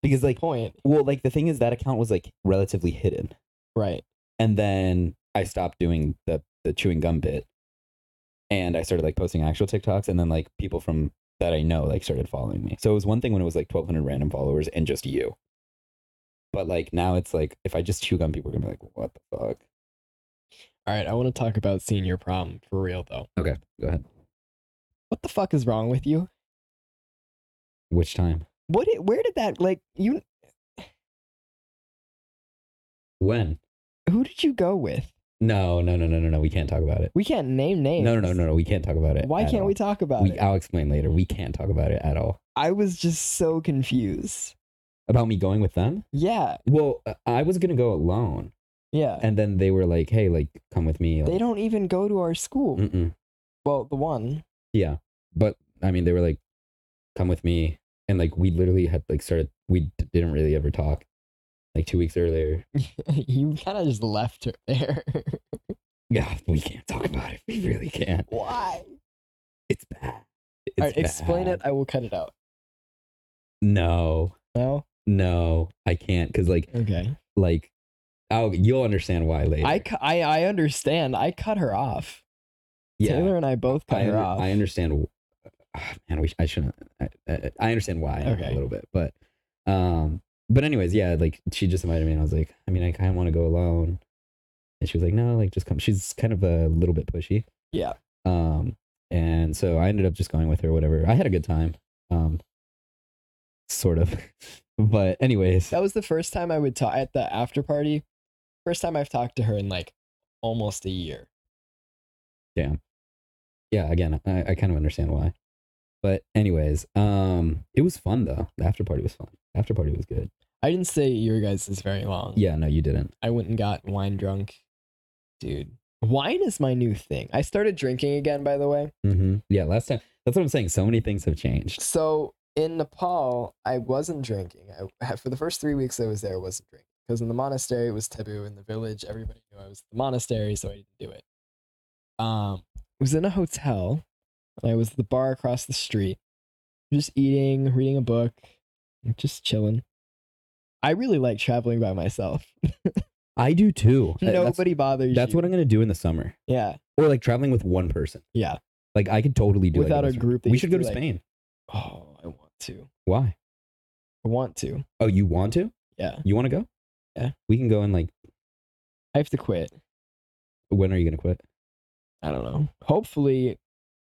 S1: Because like,
S2: Point.
S1: well, like the thing is that account was like relatively hidden,
S2: Right.
S1: and then I stopped doing the the chewing gum bit, and I started like posting actual TikToks, and then like people from that I know like started following me. So it was one thing when it was like twelve hundred random followers and just you. But like now it's like if I just chew gum, people are gonna be like, "What the fuck?"
S2: All right, I want to talk about senior prom for real though.
S1: Okay, go ahead.
S2: What the fuck is wrong with you?
S1: Which time?
S2: What? Did, where did that like you?
S1: When?
S2: Who did you go with?
S1: No, no, no, no, no, no. We can't talk about it.
S2: We can't name names.
S1: No, no, no, no, no. We can't talk about it.
S2: Why
S1: at
S2: can't
S1: all.
S2: we talk about
S1: we,
S2: it?
S1: I'll explain later. We can't talk about it at all.
S2: I was just so confused.
S1: About me going with them?
S2: Yeah,
S1: Well, uh, I was gonna go alone,
S2: Yeah.
S1: and then they were like, "Hey, like, come with me."
S2: they
S1: Like,
S2: don't even go to our school.
S1: mm-mm.
S2: Well, the one.
S1: Yeah, but I mean, they were like, "Come with me," and like we literally had like started. We d- didn't really ever talk. Like two weeks earlier.
S2: you kind of just left her there.
S1: Yeah, we can't talk about it. We really can't.
S2: Why?
S1: It's bad. It's
S2: All right, explain it.
S1: bad.
S2: I will cut it out.
S1: No,
S2: No?
S1: no, I can't. Cause like,
S2: Okay.
S1: like, I'll you'll understand why later.
S2: I, cu- I, I understand. I cut her off. Taylor and I both cut
S1: I,
S2: her
S1: under-
S2: off.
S1: I understand. w- ah, man, we, sh- I shouldn't. I, I, I understand why a
S2: Okay.
S1: little bit, but um, but anyways, yeah, like she just invited me, and I was like, I mean, I kind of want to go alone, and she was like, no, like just come. She's kind of a little bit pushy.
S2: Yeah.
S1: Um, and so I ended up just going with her. Whatever. I had a good time. Um, sort of. but anyways,
S2: That was the first time I would talk at the after party. First time I've talked to her in like almost a year.
S1: yeah. Again, I, I kind of understand why. But anyways, um, it was fun though. The after party was fun. After party was good.
S2: I didn't stay at your guys' is very long.
S1: Yeah. No, you didn't.
S2: I went and got wine drunk. Dude, wine is my new thing. I started drinking again, by the way.
S1: Mm-hmm. Yeah, last time. That's what I'm saying. So many things have changed.
S2: So in Nepal, I wasn't drinking. I, for the first three weeks I was there, I wasn't drinking. Because in the monastery, it was taboo. In the village, everybody knew I was at the monastery, so I didn't do it. Um, I was in a hotel, and I was at the bar across the street, just eating, reading a book, just chilling. I really like traveling by myself.
S1: I do too. Uh, that's-
S2: Nobody bothers
S1: That's,
S2: you.
S1: what I'm gonna do in the summer,
S2: Yeah,
S1: or like traveling with one person.
S2: yeah.
S1: Like I could totally do like,
S2: Without
S1: in
S2: a
S1: the summer.
S2: group that
S1: We
S2: you
S1: should go
S2: feel
S1: to
S2: like-
S1: Spain.
S2: Oh, I want to.
S1: Why?
S2: I want to.
S1: Oh, you want to?
S2: Yeah.
S1: You want to go?
S2: Yeah.
S1: We can go and like.
S2: I have to quit.
S1: When are you gonna quit?
S2: I don't know. Hopefully,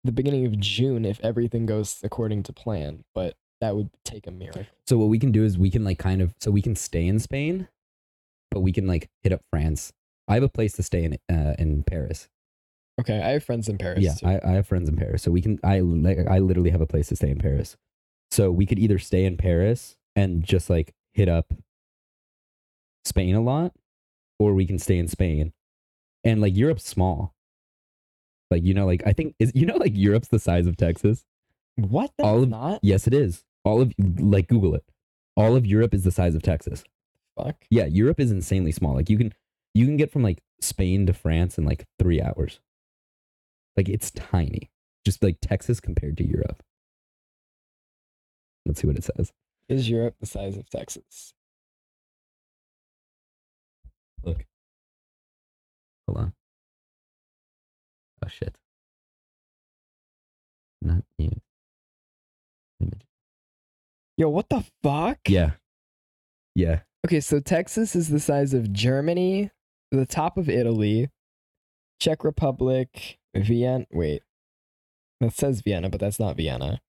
S2: the beginning of June, if everything goes according to plan, but that would take a miracle.
S1: So what we can do is we can like kind of so we can stay in Spain, but we can like hit up France. I have a place to stay in uh, in Paris.
S2: Okay, I have friends in Paris.
S1: yeah,
S2: too.
S1: I, I have friends in Paris, so we can. I like, I literally have a place to stay in Paris, so we could either stay in Paris and just like hit up Spain a lot, or we can stay in Spain, and like Europe's small. Like you know, like I think is you know like Europe's the size of Texas.
S2: what? That's
S1: all of-
S2: not
S1: Yes, it is. All of like Google it. All of Europe is the size of Texas.
S2: fuck.
S1: Yeah, Europe is insanely small. Like you can you can get from like Spain to France in like 3 hours. Like it's tiny. Just like Texas compared to Europe. Let's see what it says.
S2: Is Europe the size of Texas?
S1: Look. Hold on. Oh shit. Not you.
S2: Yo, what the fuck?
S1: Yeah. Yeah.
S2: Okay, so Texas is the size of Germany, the top of Italy, Czech Republic, Vienna. Wait, that says Vienna, but that's not Vienna.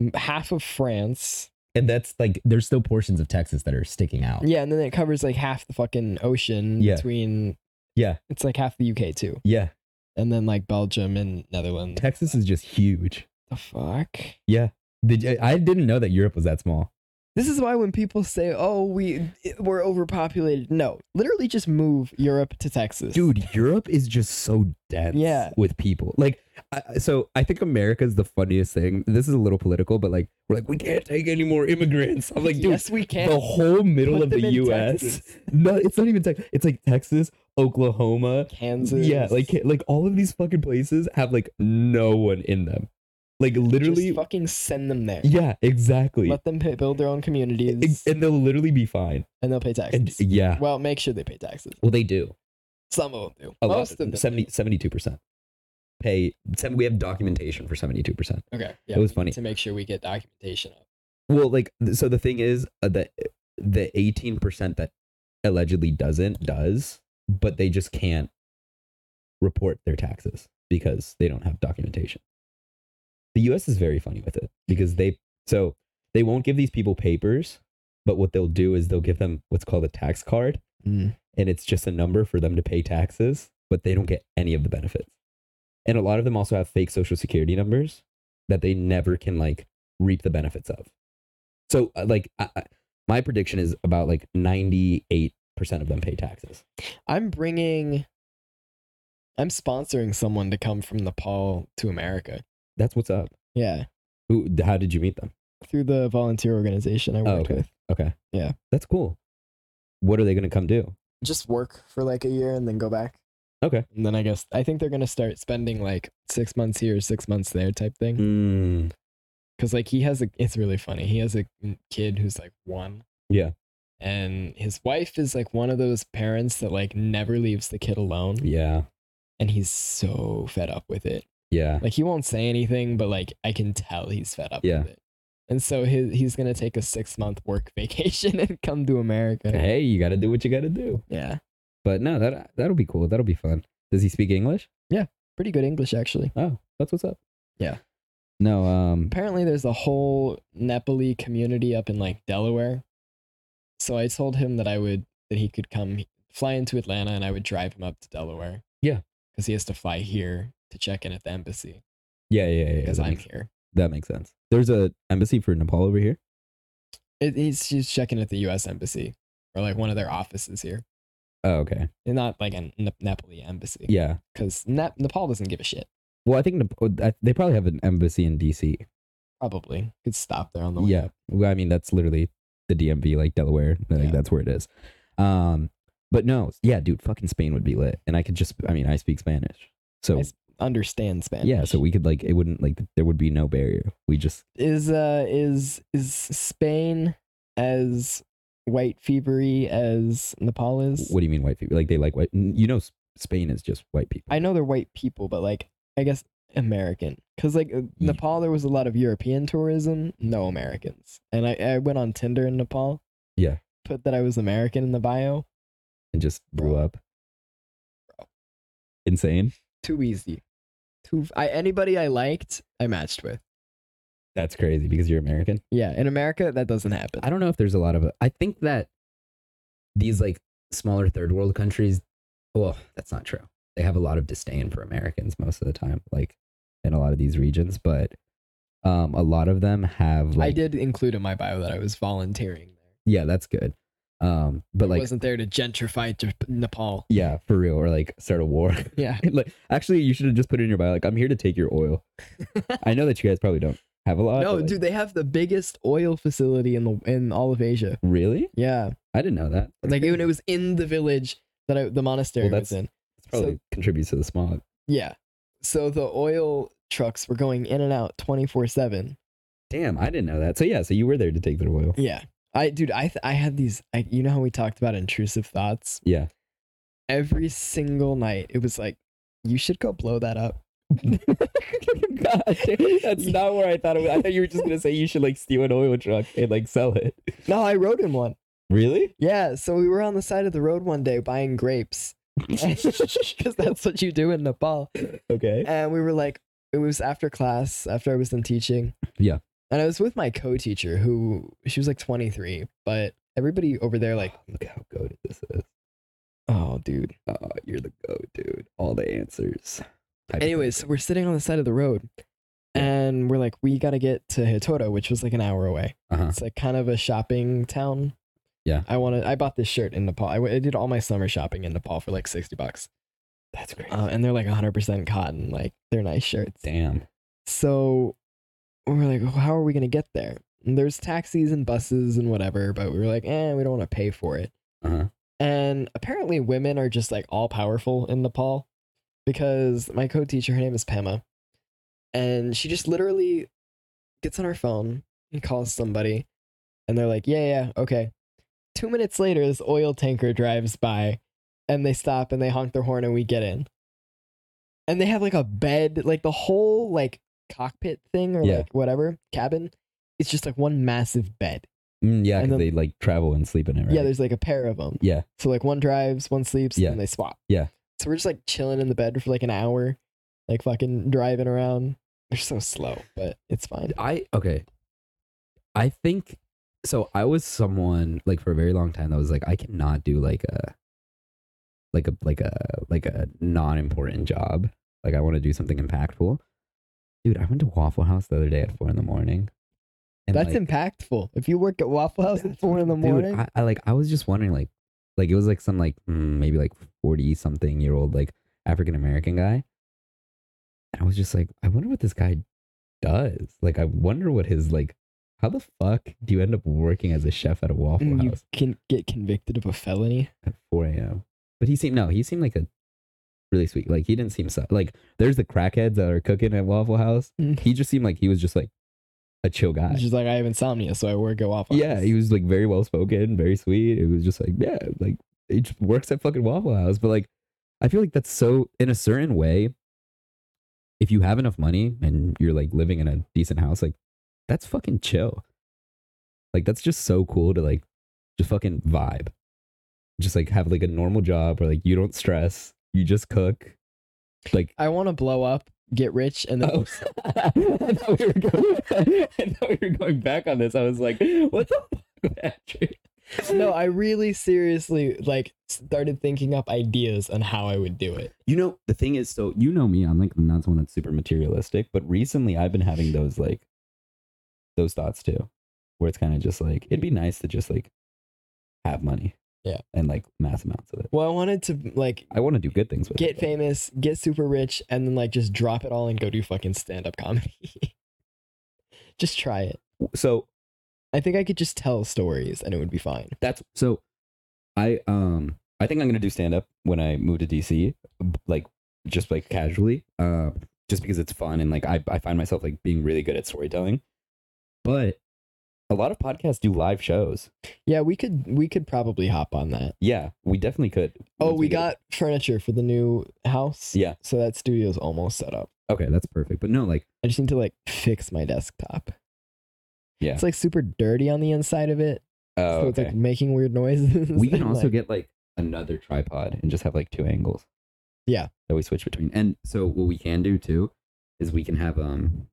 S2: M- Half of France.
S1: And that's like there's still portions of Texas that are sticking out.
S2: Yeah, and then it covers like half the fucking ocean
S1: Yeah.
S2: between.
S1: Yeah.
S2: It's like half the UK too,
S1: Yeah.
S2: and then like Belgium and Netherlands.
S1: Texas is just huge.
S2: the fuck.
S1: Did you, I didn't know that Europe was that small.
S2: This is why when people say, "Oh, we we're overpopulated," no, literally just move Europe to Texas,
S1: dude europe is just so dense
S2: Yeah.
S1: with people like I, I- so i think america's the funniest thing this is a little political but like we're like we can't take any more immigrants i'm like dude
S2: yes, we can.
S1: the whole middle
S2: Put
S1: of the
S2: them in
S1: us
S2: Texas.
S1: no it's not even Texas. it's like texas oklahoma
S2: Kansas.
S1: yeah like like all of these fucking places have like no one in them like literally
S2: Just fucking send them there.
S1: yeah exactly
S2: Let them pay, build their own communities,
S1: and they'll literally be fine
S2: and they'll pay
S1: and
S2: taxes.
S1: yeah
S2: well, make sure they pay taxes.
S1: well they do
S2: Some of them do.
S1: a lot,
S2: Most of them. do.
S1: 70, 72% pay seven- we have documentation for 72%
S2: Okay. Yeah,
S1: It was
S2: we
S1: funny.
S2: need to make sure we get documentation up.
S1: well like th- so the thing is uh, that the 18% that allegedly doesn't does but they just can't report their taxes because they don't have documentation the us is very funny with it because they so they won't give these people papers but what they'll do is they'll give them what's called a tax card and it's just a number for them to pay taxes, but they don't get any of the benefits. And a lot of them also have fake social security numbers that they never can like reap the benefits of. So uh, like I, I- my prediction is about like 98% percent of them pay taxes.
S2: I'm bringing. I'm sponsoring someone to come from Nepal to America.
S1: That's what's up.
S2: Yeah,
S1: Who? How did you meet them?
S2: through the volunteer organization I
S1: Oh,
S2: worked with.
S1: Okay.
S2: Yeah.
S1: That's cool. What are they going to come do?
S2: Just work for like a year and then go back.
S1: Okay.
S2: And then I guess I think they're gonna start spending like six months here, six months there, type thing.
S1: Mm.
S2: because like he has a it's really funny he has a kid who's like one
S1: Yeah.
S2: and his wife is like one of those parents that like never leaves the kid alone
S1: Yeah.
S2: and he's so fed up with it
S1: Yeah.
S2: like he won't say anything but like i can tell he's fed up
S1: Yeah.
S2: with it and so his, he's gonna take a six month work vacation and come to america
S1: Hey, you got to do what you got to do.
S2: yeah
S1: But no, that that'll be cool. That'll be fun. Does he speak English?
S2: pretty good english actually
S1: Oh, that's what's up.
S2: Yeah.
S1: No. Um.
S2: apparently there's a whole nepali community up in like delaware so i told him that i would that he could come fly into atlanta and i would drive him up to delaware
S1: Yeah.
S2: because he has to fly here to check in at the embassy
S1: Yeah. Yeah. Yeah. yeah
S2: because
S1: that,
S2: i'm
S1: makes,
S2: here
S1: that makes sense. There's a embassy for Nepal over here.
S2: it, he's just checking at the us embassy or like one of their offices here
S1: Oh, okay.
S2: and not like a ne- nepali embassy
S1: Yeah.
S2: because Nep- nepal doesn't give a shit
S1: Well, I think Nep- oh, I- they probably have an embassy in DC.
S2: probably could stop there on the way
S1: Yeah.
S2: up.
S1: Well, I mean, that's literally the DMV, like Delaware. Like
S2: Yeah.
S1: that's where it is. Um. But no. Yeah, dude. Fucking Spain would be lit, and I could just. I mean, I speak Spanish, so
S2: I s- understand spanish
S1: yeah. So we could like it wouldn't like there would be no barrier. We just
S2: is uh is is Spain as white fevery as Nepal is?
S1: What do you mean white people? Like they like white? n- You know, S- Spain is just white people.
S2: I know they're white people, but like I guess American, because like uh, Nepal, there was a lot of European tourism, no Americans. And I I went on Tinder in Nepal.
S1: Yeah.
S2: Put that I was American in the bio.
S1: and just blew
S2: Bro.
S1: up. Insane.
S2: Too easy. Too I anybody I liked, I matched with.
S1: That's crazy because you're American.
S2: Yeah, in America that doesn't happen.
S1: I don't know if there's a lot of. I think that these like smaller third world countries. Well, that's not true. They have a lot of disdain for Americans most of the time, like in a lot of these regions. But um, a lot of them have like
S2: I did include in my bio that I was volunteering there.
S1: yeah, that's good. Um, but
S2: I
S1: like
S2: wasn't there to gentrify Jap- Nepal.
S1: yeah, for real, or like start a war.
S2: Yeah.
S1: like actually you should have just put it in your bio like i'm here to take your oil i know that you guys probably don't have a lot
S2: No,
S1: but, like,
S2: dude, they have the biggest oil facility in the in all of Asia.
S1: really
S2: Yeah,
S1: i didn't know that
S2: like even it was in the village that I, the monastery
S1: Well,
S2: was
S1: that's-
S2: in.
S1: It's probably contributes to the smog
S2: Yeah, so the oil trucks were going in and out twenty four seven.
S1: damn i didn't know that so yeah so you were there to take their oil
S2: Yeah, I dude, I th- I had these. I, you know how we talked about intrusive thoughts?
S1: yeah
S2: Every single night, it was like, you should go blow that up.
S1: God, damn, that's not where i thought it was i thought you were just gonna say you should like steal an oil truck and like sell it
S2: No, I rode in one.
S1: really
S2: Yeah, so we were on the side of the road one day buying grapes because that's what you do in Nepal.
S1: okay
S2: and we were like it was after class after i was done teaching
S1: Yeah.
S2: and i was with my co-teacher who she was like 23 but everybody over there like
S1: look how goaded this is
S2: oh dude
S1: oh you're the goat dude all the answers
S2: anyways so we're sitting on the side of the road
S1: Yeah.
S2: and we're like we gotta get to hitoro which was like an hour away
S1: uh-huh
S2: it's like kind of a shopping town
S1: Yeah.
S2: i want to i bought this shirt in nepal I, w- I did all my summer shopping in nepal for like 60 bucks
S1: that's crazy
S2: uh, and they're like 100% cotton like they're nice shirts
S1: damn
S2: So we were like, how are we going to get there? And there's taxis and buses and whatever, but we were like, eh, we don't want to pay for it.
S1: uh-huh
S2: And apparently, women are just like all powerful in Nepal because my co teacher, her name is Pema, and she just literally gets on her phone and calls somebody, and they're like, yeah, yeah, okay. Two minutes later, this oil tanker drives by, and they stop and they honk their horn, and we get in. And they have like a bed, like the whole like cockpit thing or
S1: Yeah.
S2: like whatever cabin. It's just like one massive bed.
S1: Mm, yeah, because
S2: And then-
S1: they like travel and sleep in it, right?
S2: Yeah, there's like a pair of them.
S1: Yeah.
S2: So like one drives, one sleeps,
S1: Yeah.
S2: and they swap.
S1: Yeah.
S2: So we're just like chilling in the bed for like an hour, like fucking driving around. They're so slow, but it's fine.
S1: I okay. I think so. I was someone like for a very long time that was like, I cannot do like a, like a like a like a non-important job. Like I want to do something impactful. Dude, I went to Waffle House the other day at four in the morning.
S2: That's
S1: like,
S2: impactful. If you work at Waffle House at
S1: that's
S2: four in the
S1: Dude,
S2: morning,
S1: I, I like I was just wondering like Like it was like some like mm, maybe like forty something year old like African American guy, and I was just like, I wonder what this guy does. Like I wonder what his like. How the fuck do you end up working as a chef at a Waffle
S2: And Mm, you
S1: House
S2: can get convicted of a felony.
S1: at four a.m.? But he seemed no, he seemed like a really sweet. Like he didn't seem so like. There's the crackheads that are cooking at Waffle House.
S2: Mm.
S1: He just seemed like he was just like a chill guy.
S2: She's like, I have insomnia, so I work at Waffle
S1: Yeah,
S2: House."
S1: he was like very well spoken, very sweet. It was just like, yeah, like he just works at fucking Waffle House. But like, I feel like that's so, in a certain way, if you have enough money and you're like living in a decent house, like that's fucking chill. Like, that's just so cool to like just fucking vibe. Just like have like a normal job where like you don't stress, you just cook. Like,
S2: I want to blow up, get rich, and then
S1: Oh. I thought we were going. I thought we were going back on this. I was like, "What the fuck, Patrick?"
S2: no, I really seriously like started thinking up ideas on how I would do it.
S1: you know the thing is, so you know me. I'm like I'm not someone that's super materialistic, but recently I've been having those like those thoughts too, where it's kind of just like it'd be nice to just like have money,
S2: Yeah.
S1: and like mass amounts of it.
S2: Well, I wanted to like
S1: I want to do good things with
S2: get
S1: it. though.
S2: famous, get super rich, and then like just drop it all and go do fucking stand up comedy. just try it.
S1: So
S2: I think I could just tell stories and it would be fine.
S1: that's so i um i think i'm gonna do stand up when i move to dc b- like just like casually uh just because it's fun and like I, I find myself like being really good at storytelling but a lot of podcasts do live shows
S2: Yeah, we could we could probably hop on that.
S1: yeah we definitely could
S2: Oh,
S1: once
S2: we
S1: get-
S2: got furniture for the new house.
S1: Yeah.
S2: So that studio's almost set up.
S1: okay that's perfect but no like
S2: I just need to like fix my desktop.
S1: Yeah.
S2: It's like super dirty on the inside of it.
S1: oh
S2: so it's like
S1: okay.
S2: making weird noises.
S1: we can
S2: and,
S1: also
S2: like-
S1: get like another tripod and just have like two angles
S2: Yeah.
S1: that we switch between and so what we can do too is we can have um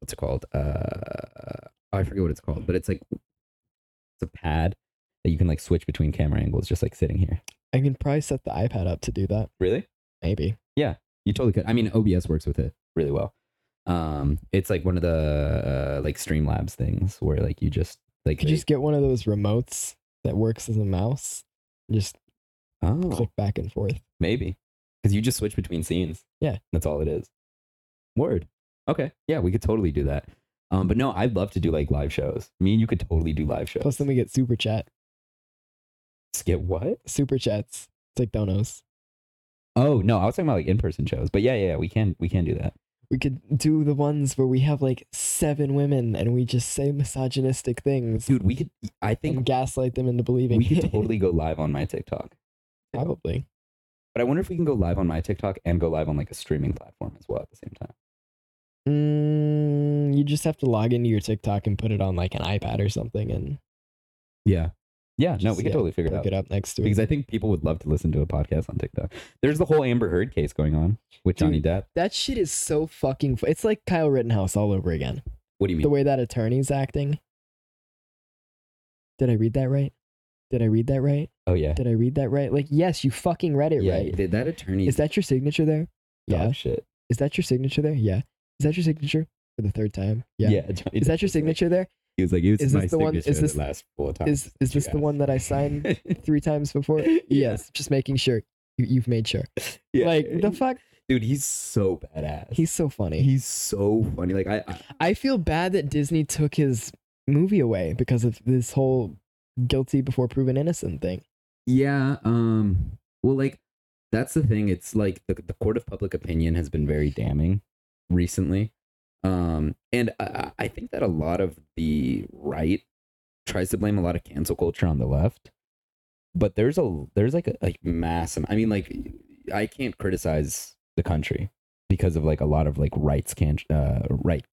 S1: what's it called uh oh, i forget what it's called but it's like it's a pad that you can like switch between camera angles just like sitting here
S2: I can probably set the iPad up to do that.
S1: really
S2: Maybe.
S1: you totally could i mean obs works with it really well um it's like one of the uh, like streamlabs things where like you just like
S2: Could
S1: they-
S2: you just get one of those remotes that works as a mouse? and Just
S1: oh
S2: click back and forth.
S1: Maybe. Because you just switch between scenes.
S2: Yeah.
S1: That's all it is. Word. Okay. Yeah, we could totally do that. Um, but no, I'd love to do like live shows. Me and you could totally do live shows.
S2: Plus, then we get super chat,
S1: skip what?
S2: super chats. It's like donos.
S1: Oh no, I was talking about like in person shows. But yeah, yeah, yeah, we can we can do that.
S2: We could do the ones where we have like seven women and we just say misogynistic things
S1: Dude, we could I
S2: and
S1: think
S2: gaslight them into believing.
S1: we could totally go live on my TikTok.
S2: probably.
S1: But I wonder if we can go live on my TikTok and go live on like a streaming platform as well at the same time.
S2: Mm, you just have to log into your TikTok and put it on like an iPad or something and
S1: Yeah. Yeah, no,
S2: Just,
S1: we could
S2: yeah,
S1: totally figure it
S2: hook
S1: out.
S2: it up next to it.
S1: Because I think people would love to listen to a podcast on TikTok. There's the whole Amber Heard case going on with Johnny Depp.
S2: That shit is so fucking. Fu- it's like Kyle Rittenhouse all over again.
S1: What do you mean?
S2: The way that attorney's acting. Did I read that right? Did I read that right?
S1: oh yeah.
S2: Did I read that right? Like, yes, you fucking read it
S1: yeah,
S2: right.
S1: th- that attorney
S2: Is that your signature there?
S1: dog
S2: Yeah.
S1: shit.
S2: Is that your signature there? Yeah. Is that your signature for the third time? Yeah.
S1: Johnny Depp
S2: Is that your
S1: was like-
S2: signature there?
S1: he was like, "It's
S2: Is
S1: my
S2: this the one- is
S1: signature
S2: this-
S1: that lasts four times."
S2: Is is this the one that I signed three times before?
S1: Yeah.
S2: Yes. Just making sure you, you've made sure.
S1: yeah.
S2: Like the fuck.
S1: dude, he's so badass.
S2: He's so funny.
S1: he's so funny. Like I, I
S2: I feel bad that Disney took his movie away because of this whole guilty before proven innocent thing.
S1: yeah. Um. Well, like that's the thing. It's like the the court of public opinion has been very damning recently. Um, and I- I, I think that a lot of the right tries to blame a lot of cancel culture on the left, but there's a there's like a like mass. am- I mean, like I can't criticize the country because of like a lot of like rights can uh, right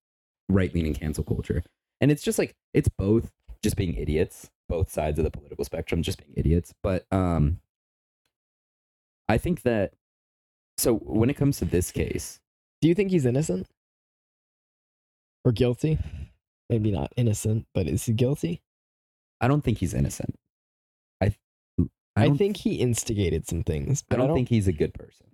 S1: right leaning cancel culture, and it's just like it's both just being idiots, both sides of the political spectrum just being idiots. But um, I think that so when it comes to this case,
S2: Do you think he's innocent or guilty? Maybe not innocent, but is he guilty?
S1: I don't think he's innocent. I I
S2: I,
S1: don't,
S2: think he instigated some things,
S1: I
S2: but
S1: don't think he's a good person.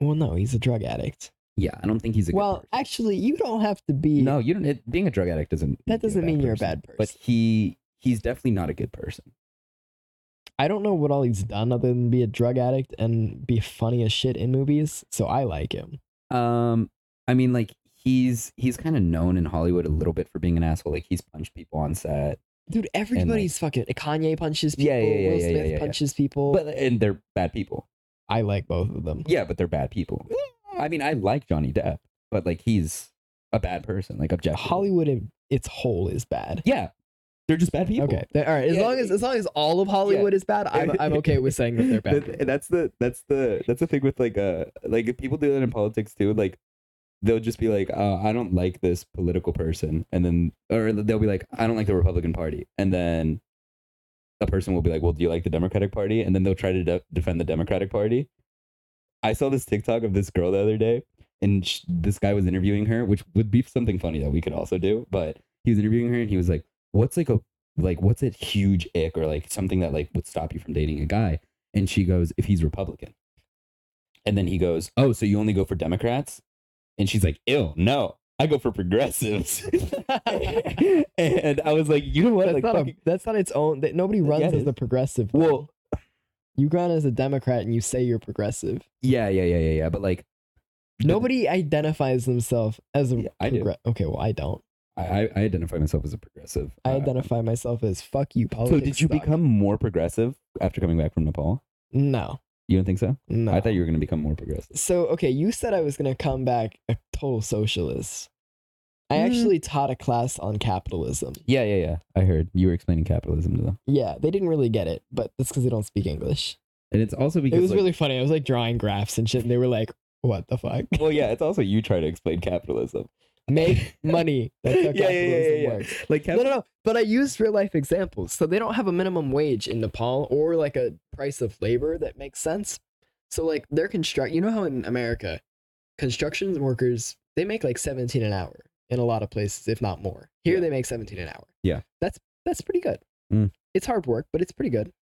S2: Well, no, he's a drug addict.
S1: Yeah, I don't think he's a
S2: Well,
S1: good person.
S2: actually, you don't have to be.
S1: no, you don't. It, being a drug addict doesn't. make you
S2: that doesn't mean you're a
S1: person.
S2: bad person.
S1: But he he's definitely not a good person.
S2: I don't know what all he's done other than be a drug addict and be funny as shit in movies. So I like him.
S1: Um, I mean, like he's he's kind of known in Hollywood a little bit for being an asshole. Like he's punched people on set,
S2: Dude, everybody's fucking. Kanye punches people.
S1: Yeah, yeah, yeah,
S2: Will
S1: yeah, yeah,
S2: Smith
S1: yeah, yeah.
S2: punches people.
S1: but and they're bad people.
S2: I like both of them.
S1: Yeah, but they're bad people. I mean, I like Johnny Depp, but like he's a bad person, like objectively.
S2: Hollywood in its whole is bad.
S1: Yeah, they're just bad people.
S2: Okay. th- all right. As
S1: Yeah.
S2: long as as long as all of Hollywood is bad, I'm I'm okay with saying that they're bad.
S1: That- that's the that's the that's the thing with like uh like if people do that in politics too. Like they'll just be like, uh, I don't like this political person, and then or they'll be like, I don't like the Republican Party, and then a person will be like, Well, do you like the Democratic Party? And then they'll try to de- defend the Democratic Party. I saw this TikTok of this girl the other day, and sh- this guy was interviewing her, which would be something funny that we could also do. But he was interviewing her, and he was like, "What's like a like what's a huge ick or like something that like would stop you from dating a guy?" And she goes, "If he's Republican." And then he goes, "Oh, so you only go for Democrats?" And she's like, "Ill, no, I go for progressives." and I was like, "You know what?
S2: That's,
S1: like,
S2: not a,
S1: fucking-
S2: that's not its own. That nobody
S1: Yeah,
S2: runs
S1: it
S2: as
S1: is.
S2: the progressive. thing.
S1: well,
S2: you run as a Democrat and you say you're progressive.
S1: yeah, yeah, yeah, yeah, yeah." But like, but-
S2: Nobody identifies themselves as a
S1: Yeah, I do.
S2: progre- Okay, well, I don't.
S1: I, I I identify myself as a progressive.
S2: I
S1: Uh,
S2: identify myself as fuck you
S1: So
S2: politics.
S1: did you
S2: suck."
S1: become more progressive after coming back from Nepal?
S2: No,
S1: You don't think so?
S2: no.
S1: I thought you were going to become more progressive.
S2: so okay, you said I was gonna come back a total socialist. I
S1: Mm.
S2: actually taught a class on capitalism.
S1: Yeah, yeah, yeah. I heard you were explaining capitalism to them,
S2: Yeah, they didn't really get it, but that's because they don't speak English.
S1: and it's also because
S2: it was
S1: like-
S2: really funny. I was like drawing graphs and shit, and they were like, "What the fuck?
S1: well, yeah. It's also you try to explain capitalism.
S2: Make money." That's how
S1: Yeah, yeah, yeah,
S2: capitalism
S1: yeah, yeah.
S2: works.
S1: Like
S2: No, no, no. But I used real life examples. So they don't have a minimum wage in Nepal or like a price of labor that makes sense. So like they're construct. You know how in America, construction workers they make like seventeen an hour in a lot of places, if not more. Here
S1: Yeah.
S2: they make seventeen an hour.
S1: Yeah.
S2: that's that's pretty good.
S1: Mm.
S2: It's hard work, but it's pretty good.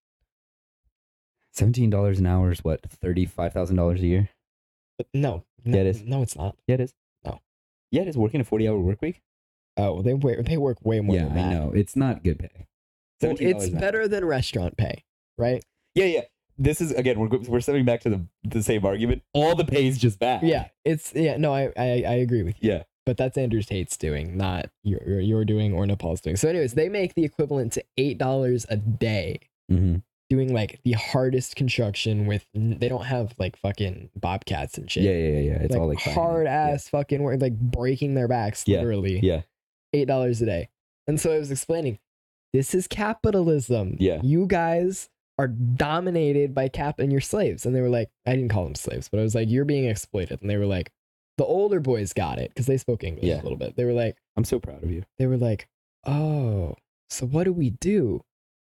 S1: seventeen dollars an hour is what thirty five thousand dollars a year.
S2: But no, no,
S1: Yeah, it is.
S2: no, it's not.
S1: Yeah, it is.
S2: No.
S1: Yeah, it is working a forty hour work week.
S2: Oh, they wa- they work way more
S1: yeah,
S2: than that.
S1: I know it's not good pay.
S2: Well,
S1: $17
S2: it's
S1: an hour.
S2: better than restaurant pay, right?
S1: Yeah, yeah. This is again we're go- we're stepping back to the the same argument. All the pay is just bad.
S2: Yeah, it's yeah. No, I I, I agree with you.
S1: Yeah.
S2: but that's Andrew Tate's doing, not you're you're doing or Nepal's doing. So, anyways, they make the equivalent to eight dollars a day
S1: Mm-hmm.
S2: doing like the hardest construction with they don't have like fucking bobcats and shit.
S1: Yeah, yeah, yeah, yeah. It's all like fine.
S2: hard
S1: Yeah.
S2: ass fucking work, like breaking their backs
S1: Yeah,
S2: literally.
S1: yeah.
S2: eight dollars a day. And so I was explaining, this is capitalism.
S1: Yeah.
S2: you guys are dominated by cap and you're slaves. And they were like, I didn't call them slaves, but I was like, you're being exploited. And they were like, the older boys got it because they spoke English
S1: Yeah.
S2: a little bit. They were like
S1: I'm so proud of you.
S2: they were like, "Oh, so what do we do?"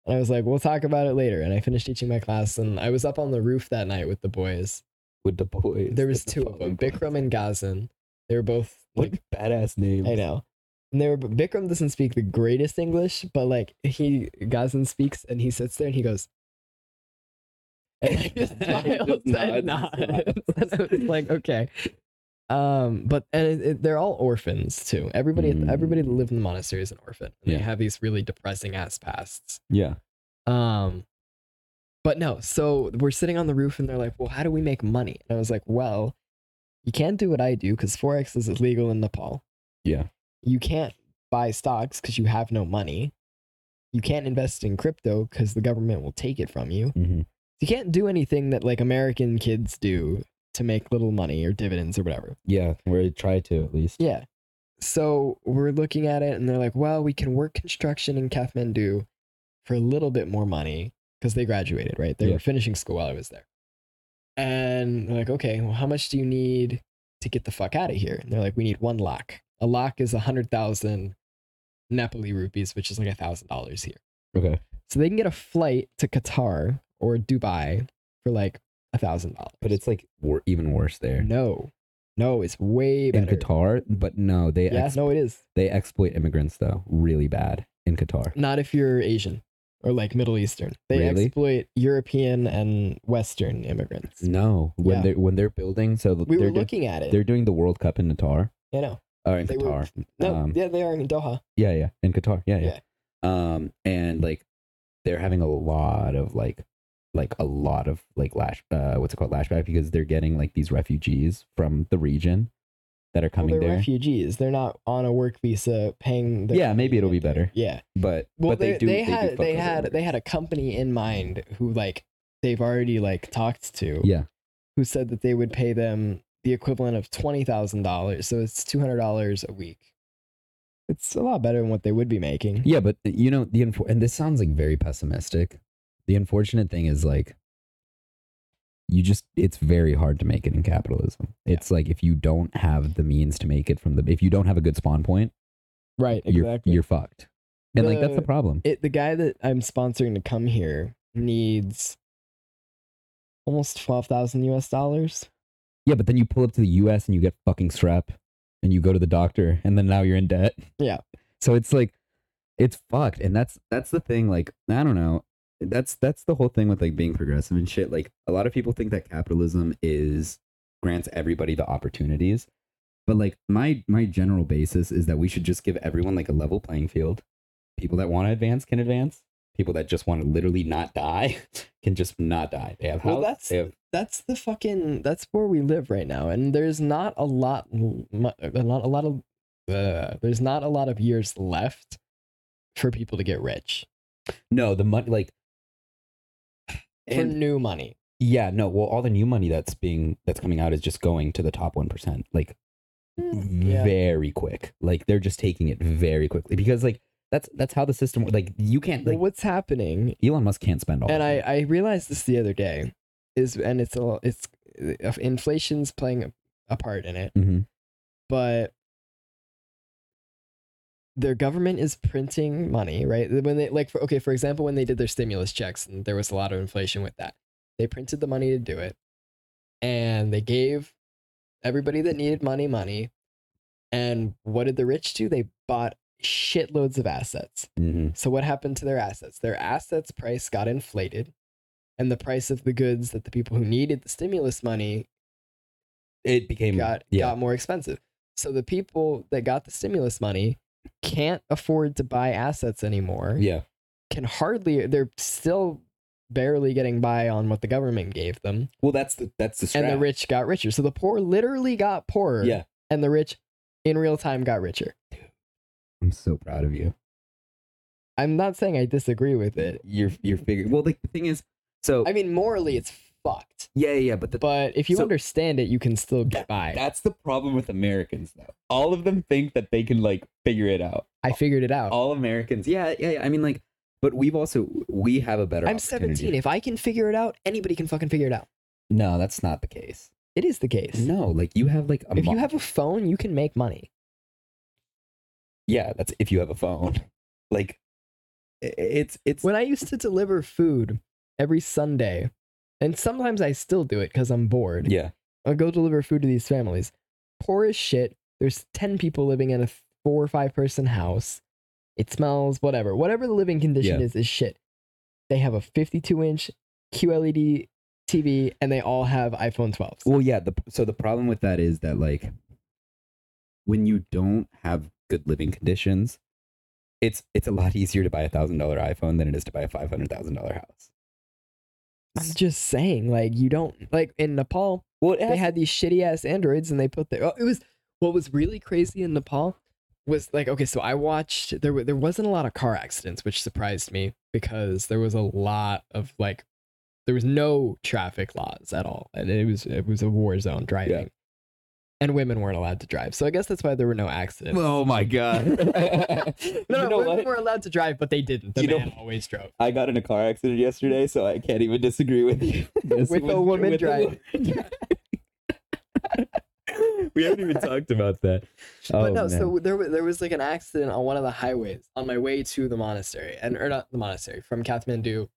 S2: And I was like, "We'll talk about it later." And I finished teaching my class, and I was up on the roof that night with the boys.
S1: With the boys.
S2: There
S1: with
S2: was
S1: the
S2: two of
S1: fucking
S2: them,
S1: boys.
S2: Bikram and Gazan. They were both
S1: What
S2: like,
S1: badass names.
S2: I know. And they were but Bikram doesn't speak the greatest English, but like he Gazan speaks, and he sits there and he goes. And I just smiled
S1: Just
S2: and
S1: nods and
S2: nods. I was like, okay. Um, but and it, it- they're all orphans too. Everybody,
S1: Mm.
S2: everybody that lived in the monastery is an orphan. And
S1: Yeah.
S2: They have these really depressing ass pasts.
S1: Yeah.
S2: Um, but no, so we're sitting on the roof and they're like, well, how do we make money? And I was like, well, you can't do what I do because Forex is illegal in Nepal.
S1: Yeah.
S2: You can't buy stocks because you have no money. You can't invest in crypto because the government will take it from you.
S1: Mm-hmm.
S2: You can't do anything that like American kids do to make little money or dividends or whatever.
S1: Yeah. Where I try to at least.
S2: Yeah. So we're looking at it and they're like, well, we can work construction in Kathmandu for a little bit more money because they graduated, right? They
S1: Yeah.
S2: were finishing school while I was there. And they're like, okay, well, how much do you need to get the fuck out of here? And they're like, we need one lakh. A lakh is 100,000 Nepali rupees, which is like $1,000 here.
S1: Okay.
S2: So they can get a flight to Qatar or Dubai for like $1,000.
S1: But it's like wor- even worse there.
S2: no, no, it's way
S1: in
S2: better.
S1: Qatar, but no, they
S2: Yeah,
S1: ex-
S2: no, it is.
S1: they exploit immigrants though really bad in Qatar.
S2: Not if you're Asian or like Middle Eastern. They
S1: Really?
S2: exploit European and Western immigrants.
S1: No, when
S2: Yeah.
S1: they when they're building, so
S2: We
S1: Mm, they're
S2: were
S1: doing,
S2: looking at it.
S1: they're doing the World Cup in Qatar
S2: I know.
S1: or in
S2: They were-
S1: Qatar.
S2: No,
S1: Um,
S2: yeah, they are in Doha.
S1: yeah, yeah, in Qatar. Yeah, yeah, Um, and like they're having a lot of like like a lot of like lash uh what's it called lashback because they're getting like these refugees from the region that are
S2: Well,
S1: coming
S2: they're
S1: there.
S2: refugees. They're not on a work visa paying. Their
S1: Yeah, maybe it'll be
S2: payment there.
S1: better.
S2: Yeah.
S1: but
S2: Well,
S1: but
S2: they,
S1: they do
S2: they
S1: do
S2: had
S1: fuck
S2: they
S1: with
S2: had they
S1: immigrants.
S2: had a company in mind who like they've already like talked to.
S1: Yeah.
S2: Who said that they would pay them the equivalent of twenty thousand dollars? So it's two hundred dollars a week. It's a lot better than what they would be making.
S1: Yeah, but uh, you know the infor- and this sounds like very pessimistic. The unfortunate thing is like you just it's very hard to make it in capitalism.
S2: Yeah.
S1: It's like if you don't have the means to make it from the if you don't have a good spawn point,
S2: Right.
S1: you're you're fucked. And like that's the
S2: The-
S1: problem.
S2: it the guy that I'm sponsoring to come here needs almost twelve thousand US dollars.
S1: yeah, but then you pull up to the US and you get fucking strep and you go to the doctor and then now you're in debt.
S2: Yeah.
S1: So it's like it's fucked and that's that's the thing like I don't know. That's that's the whole thing with like being progressive and shit. Like a lot of people think that capitalism is grants everybody the opportunities. But like my my general basis is that we should just give everyone like a level playing field. People that want to advance can advance. People that just want to literally not die can just not die. They have
S2: Well,
S1: house.
S2: that's-
S1: they have
S2: That's the fucking that's where we live right now, and there's not a lot, mu- not a lot of uh, there's not a lot of years left for people to get rich
S1: no the money like
S2: for new money.
S1: Yeah, no. Well, all the new money that's being that's coming out is just going to the top one percent, like Mm-hmm.
S2: Mm, Yeah.
S1: very quick. Like they're just taking it very quickly because like that's that's how the system. wo- Like you can't
S2: Well,
S1: like
S2: what's happening
S1: Elon Musk can't spend all.
S2: and
S1: of
S2: I,
S1: it.
S2: I realized this the other day is and it's a it's if inflation's playing a, a part in it
S1: Mhm.
S2: but their government is printing money right when they like for, okay for example when they did their stimulus checks and there was a lot of inflation with that they printed the money to do it and they gave everybody that needed money money and what did the rich do they bought shitloads of assets
S1: Mhm.
S2: so what happened to their assets? Their assets price got inflated, and the price of the goods that the people who needed the stimulus money
S1: it became
S2: got
S1: yeah.
S2: got more expensive. So the people that got the stimulus money can't afford to buy assets anymore.
S1: yeah
S2: Can hardly they're still barely getting by on what the government gave them.
S1: well that's the that's the
S2: And the
S1: strat.
S2: rich got richer. So the poor literally got poorer.
S1: yeah
S2: And the rich in real time got richer.
S1: I'm so proud of you
S2: I'm not saying I disagree with it.
S1: you're you're figuring well like, the thing is so
S2: I mean morally it's fucked.
S1: yeah yeah yeah, but the
S2: But if you
S1: So-
S2: understand it, you can still get by.
S1: that's the problem with Americans though all of them think that they can like figure it out
S2: I figured it out.
S1: all Americans yeah yeah yeah I mean like but we've also we have a better
S2: I'm
S1: opportunity.
S2: 17. If I can figure it out, anybody can fucking figure it out.
S1: No, that's not the case.
S2: It is the case.
S1: No, like you have like a
S2: if you
S1: mo-
S2: have a phone, you can make money.
S1: yeah, that's if you have a phone. Like i- it's it's
S2: When I used to deliver food every Sunday, and sometimes I still do it because I'm bored,
S1: yeah.
S2: I'll go deliver food to these families. Poor as shit. There's 10 people living in a four or five person house. It smells, whatever. Whatever the living condition
S1: Yeah.
S2: is, is shit. They have a 52 inch E QLED TV and they all have iPhone 12s.
S1: Well, yeah, the so the problem with that is that like when you don't have good living conditions, it's it's a lot easier to buy a $1000 iPhone than it is to buy a $500,000 house.
S2: I'm just saying, like, you don't like in Nepal,
S1: Well, it
S2: they had these shitty ass androids and they put their oh, it was what was really crazy in Nepal was like okay, so I watched there wa- there wasn't a lot of car accidents, which surprised me because there was a lot of like there was no traffic laws at all. And it was it was a war zone driving. And women weren't allowed to drive. So I guess that's why there were no accidents.
S1: Oh my god.
S2: no,
S1: you
S2: no,
S1: know
S2: women
S1: what?
S2: were allowed to drive, but they didn't. The
S1: You know-
S2: man always drove.
S1: I got in a car accident yesterday, so I can't even disagree with you. This
S2: With a
S1: was-
S2: woman
S1: with a wo- we haven't even talked about that. Oh,
S2: but no, so there was there was like an accident on one of the highways on my way to the monastery, and or not the monastery, from Kathmandu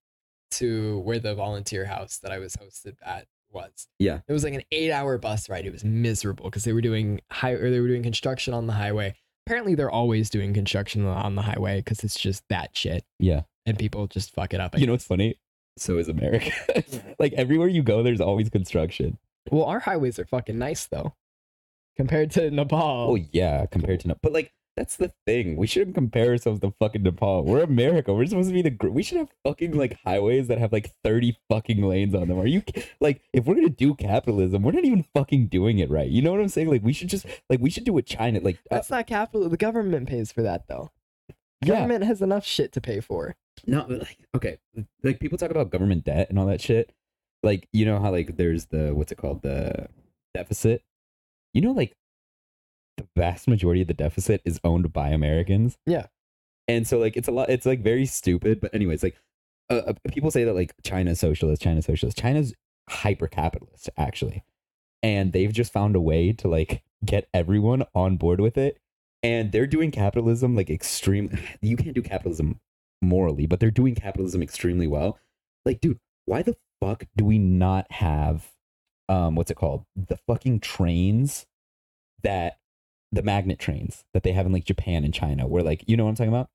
S2: to where the volunteer house that I was hosted at was.
S1: Yeah.
S2: it was like an eight-hour bus ride. It was miserable because they were doing high or they were doing construction on the highway. Apparently, they're always doing construction on the highway because it's just that shit,
S1: yeah,
S2: and people just fuck it up.
S1: you know what's funny? So is America. like everywhere you go, there's always construction.
S2: well, our highways are fucking nice though, compared to Nepal.
S1: Oh yeah, Oh, compared to no, but like That's the thing. We shouldn't compare ourselves to fucking Nepal. We're America. We're supposed to be the. gr- We should have fucking like highways that have like thirty fucking lanes on them. Are you ki- like, if we're gonna do capitalism, we're not even fucking doing it right. You know what I'm saying? Like, we should just like we should do what China like. uh,
S2: That's not capital. The government pays for that though.
S1: yeah.
S2: Government has enough shit to pay for.
S1: No, but like okay, like people talk about government debt and all that shit. Like you know how like there's the what's it called the deficit. You know, like the vast majority of the deficit is owned by Americans.
S2: Yeah.
S1: and so like it's a lot. It's like very stupid. But anyways, like uh, uh, people say that like China's socialist, China's socialist, China's hyper capitalist actually, and they've just found a way to like get everyone on board with it. And they're doing capitalism like extreme. You can't do capitalism morally, but they're doing capitalism extremely well. Like, dude, why the fuck do we not have um what's it called? The fucking trains that the magnet trains that they have in like Japan and China where like you know what I'm talking about?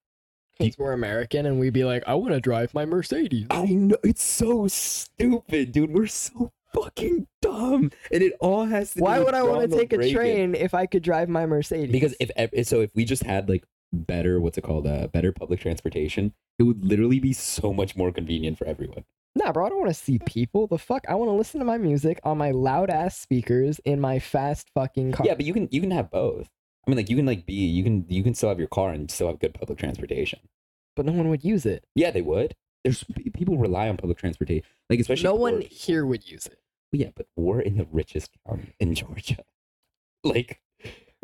S2: Because we're American and we'd be like, I want to drive my Mercedes.
S1: I know it's so stupid, dude. We're so fucking dumb. And it all has to do
S2: Why
S1: with
S2: would I want
S1: Ronald
S2: to take a
S1: Reagan.
S2: train if I could drive my Mercedes?
S1: Because if ev- so if we just had like better what's it called? Uh better public transportation, it would literally be so much more convenient for everyone.
S2: Nah, bro, I don't want to see people. The fuck? I want to listen to my music on my loud ass speakers in my fast fucking car.
S1: Yeah, but you can you can have both. I mean, like you can like be you can you can still have your car and still have good public transportation.
S2: but no one would use it.
S1: Yeah, they would. There's p- people rely on public transportation, like especially
S2: no one
S1: poor-
S2: here would use it.
S1: Yeah, but we're in the richest county in Georgia. Like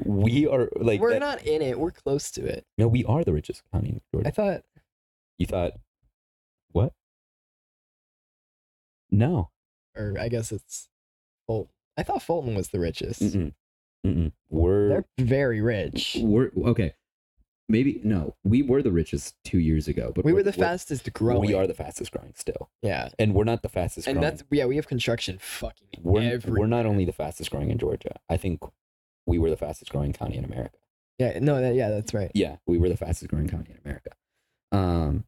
S1: we are like
S2: we're
S1: that-
S2: not in it. We're close to it.
S1: No, we are the richest county in
S2: I
S1: Georgia.
S2: thought
S1: You thought what? No,
S2: or I guess it's Fulton. I thought Fulton was the richest.
S1: Mm-mm. Mm-mm. we're
S2: They're very rich.
S1: we're okay. Maybe no, we were the richest two years ago, but
S2: We were
S1: we're-
S2: the
S1: we're-
S2: fastest growing.
S1: We are the fastest growing still.
S2: Yeah.
S1: and we're not the fastest
S2: And
S1: growing.
S2: that's yeah, we have construction fucking
S1: we're
S2: every
S1: we're not only the fastest growing in Georgia. I think we were the fastest growing county in America.
S2: Yeah, no, that, yeah, that's right.
S1: Yeah, we were the fastest growing county in America. Um,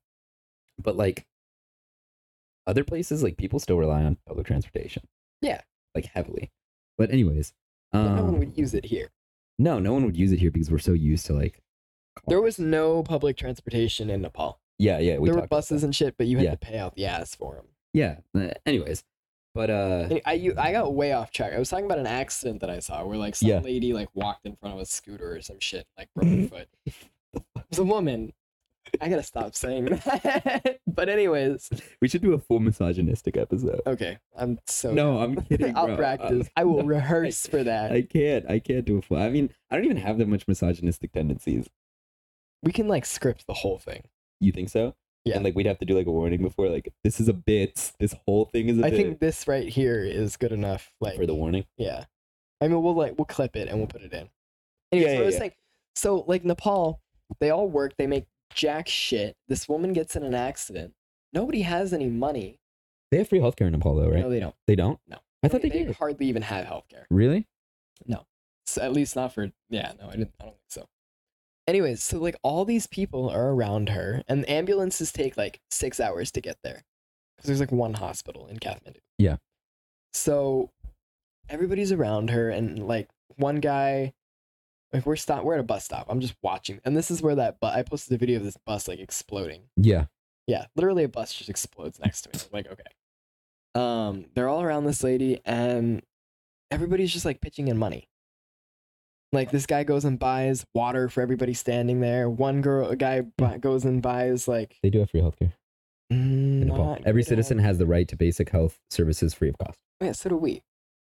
S1: but like other places, like people still rely on public transportation.
S2: Yeah.
S1: like heavily. But anyways, um,
S2: But no one would use it here.
S1: No, no one would use it here because we're so used to like.
S2: There was no public transportation in Nepal.
S1: yeah, yeah. We
S2: there were
S1: talked about
S2: buses
S1: that.
S2: and shit, but you had
S1: Yeah.
S2: to pay out the ass for them.
S1: Yeah. uh, Anyways, but uh,
S2: And I you, I got way off track. I was talking about an accident that I saw where like some
S1: Yeah.
S2: lady like walked in front of a scooter or some shit, like broke her foot. It was a woman. I gotta stop saying that. but anyways,
S1: we should do a full misogynistic episode.
S2: okay, I'm so
S1: No, I'm kidding.
S2: I'll
S1: bro. Uh,
S2: practice. I will
S1: no,
S2: rehearse for that.
S1: I can't. I can't do a full. I mean, I don't even have that much misogynistic tendencies.
S2: we can like script the whole thing.
S1: You think so?
S2: Yeah.
S1: And like we'd have to do like a warning before, like this is a bit. This whole thing is a
S2: I
S1: bit
S2: think this right here is good enough. Like
S1: for the warning.
S2: Yeah. I mean, we'll like we'll clip it and we'll put it in. Anyway,
S1: Yeah,
S2: so
S1: yeah,
S2: I was
S1: yeah.
S2: like, so like Nepal, they all work. They make jack shit. This woman gets in an accident. Nobody has any money.
S1: They have free healthcare in Nepal, though, right?
S2: No, they don't.
S1: They don't.
S2: No.
S1: I thought they, did.
S2: hardly even have healthcare.
S1: Really?
S2: So at least not for yeah. No, I didn't. I don't think so. Anyways, so like all these people are around her, and ambulances take like six hours to get there because there's like one hospital in Kathmandu.
S1: Yeah.
S2: So everybody's around her, and like one guy, like we're stop, we're at a bus stop. I'm just watching, and this is where that but I posted a video of this bus like exploding.
S1: Yeah.
S2: Yeah, literally a bus just explodes next to me. I'm like, okay. Um, they're all around this lady, and everybody's just like pitching in money. Like this guy goes and buys water for everybody standing there. One girl, a guy bu- goes and buys like
S1: They do have free healthcare in Nepal.
S2: not
S1: Every
S2: good
S1: citizen
S2: at-
S1: has the right to basic health services free of cost.
S2: Yeah, so do we.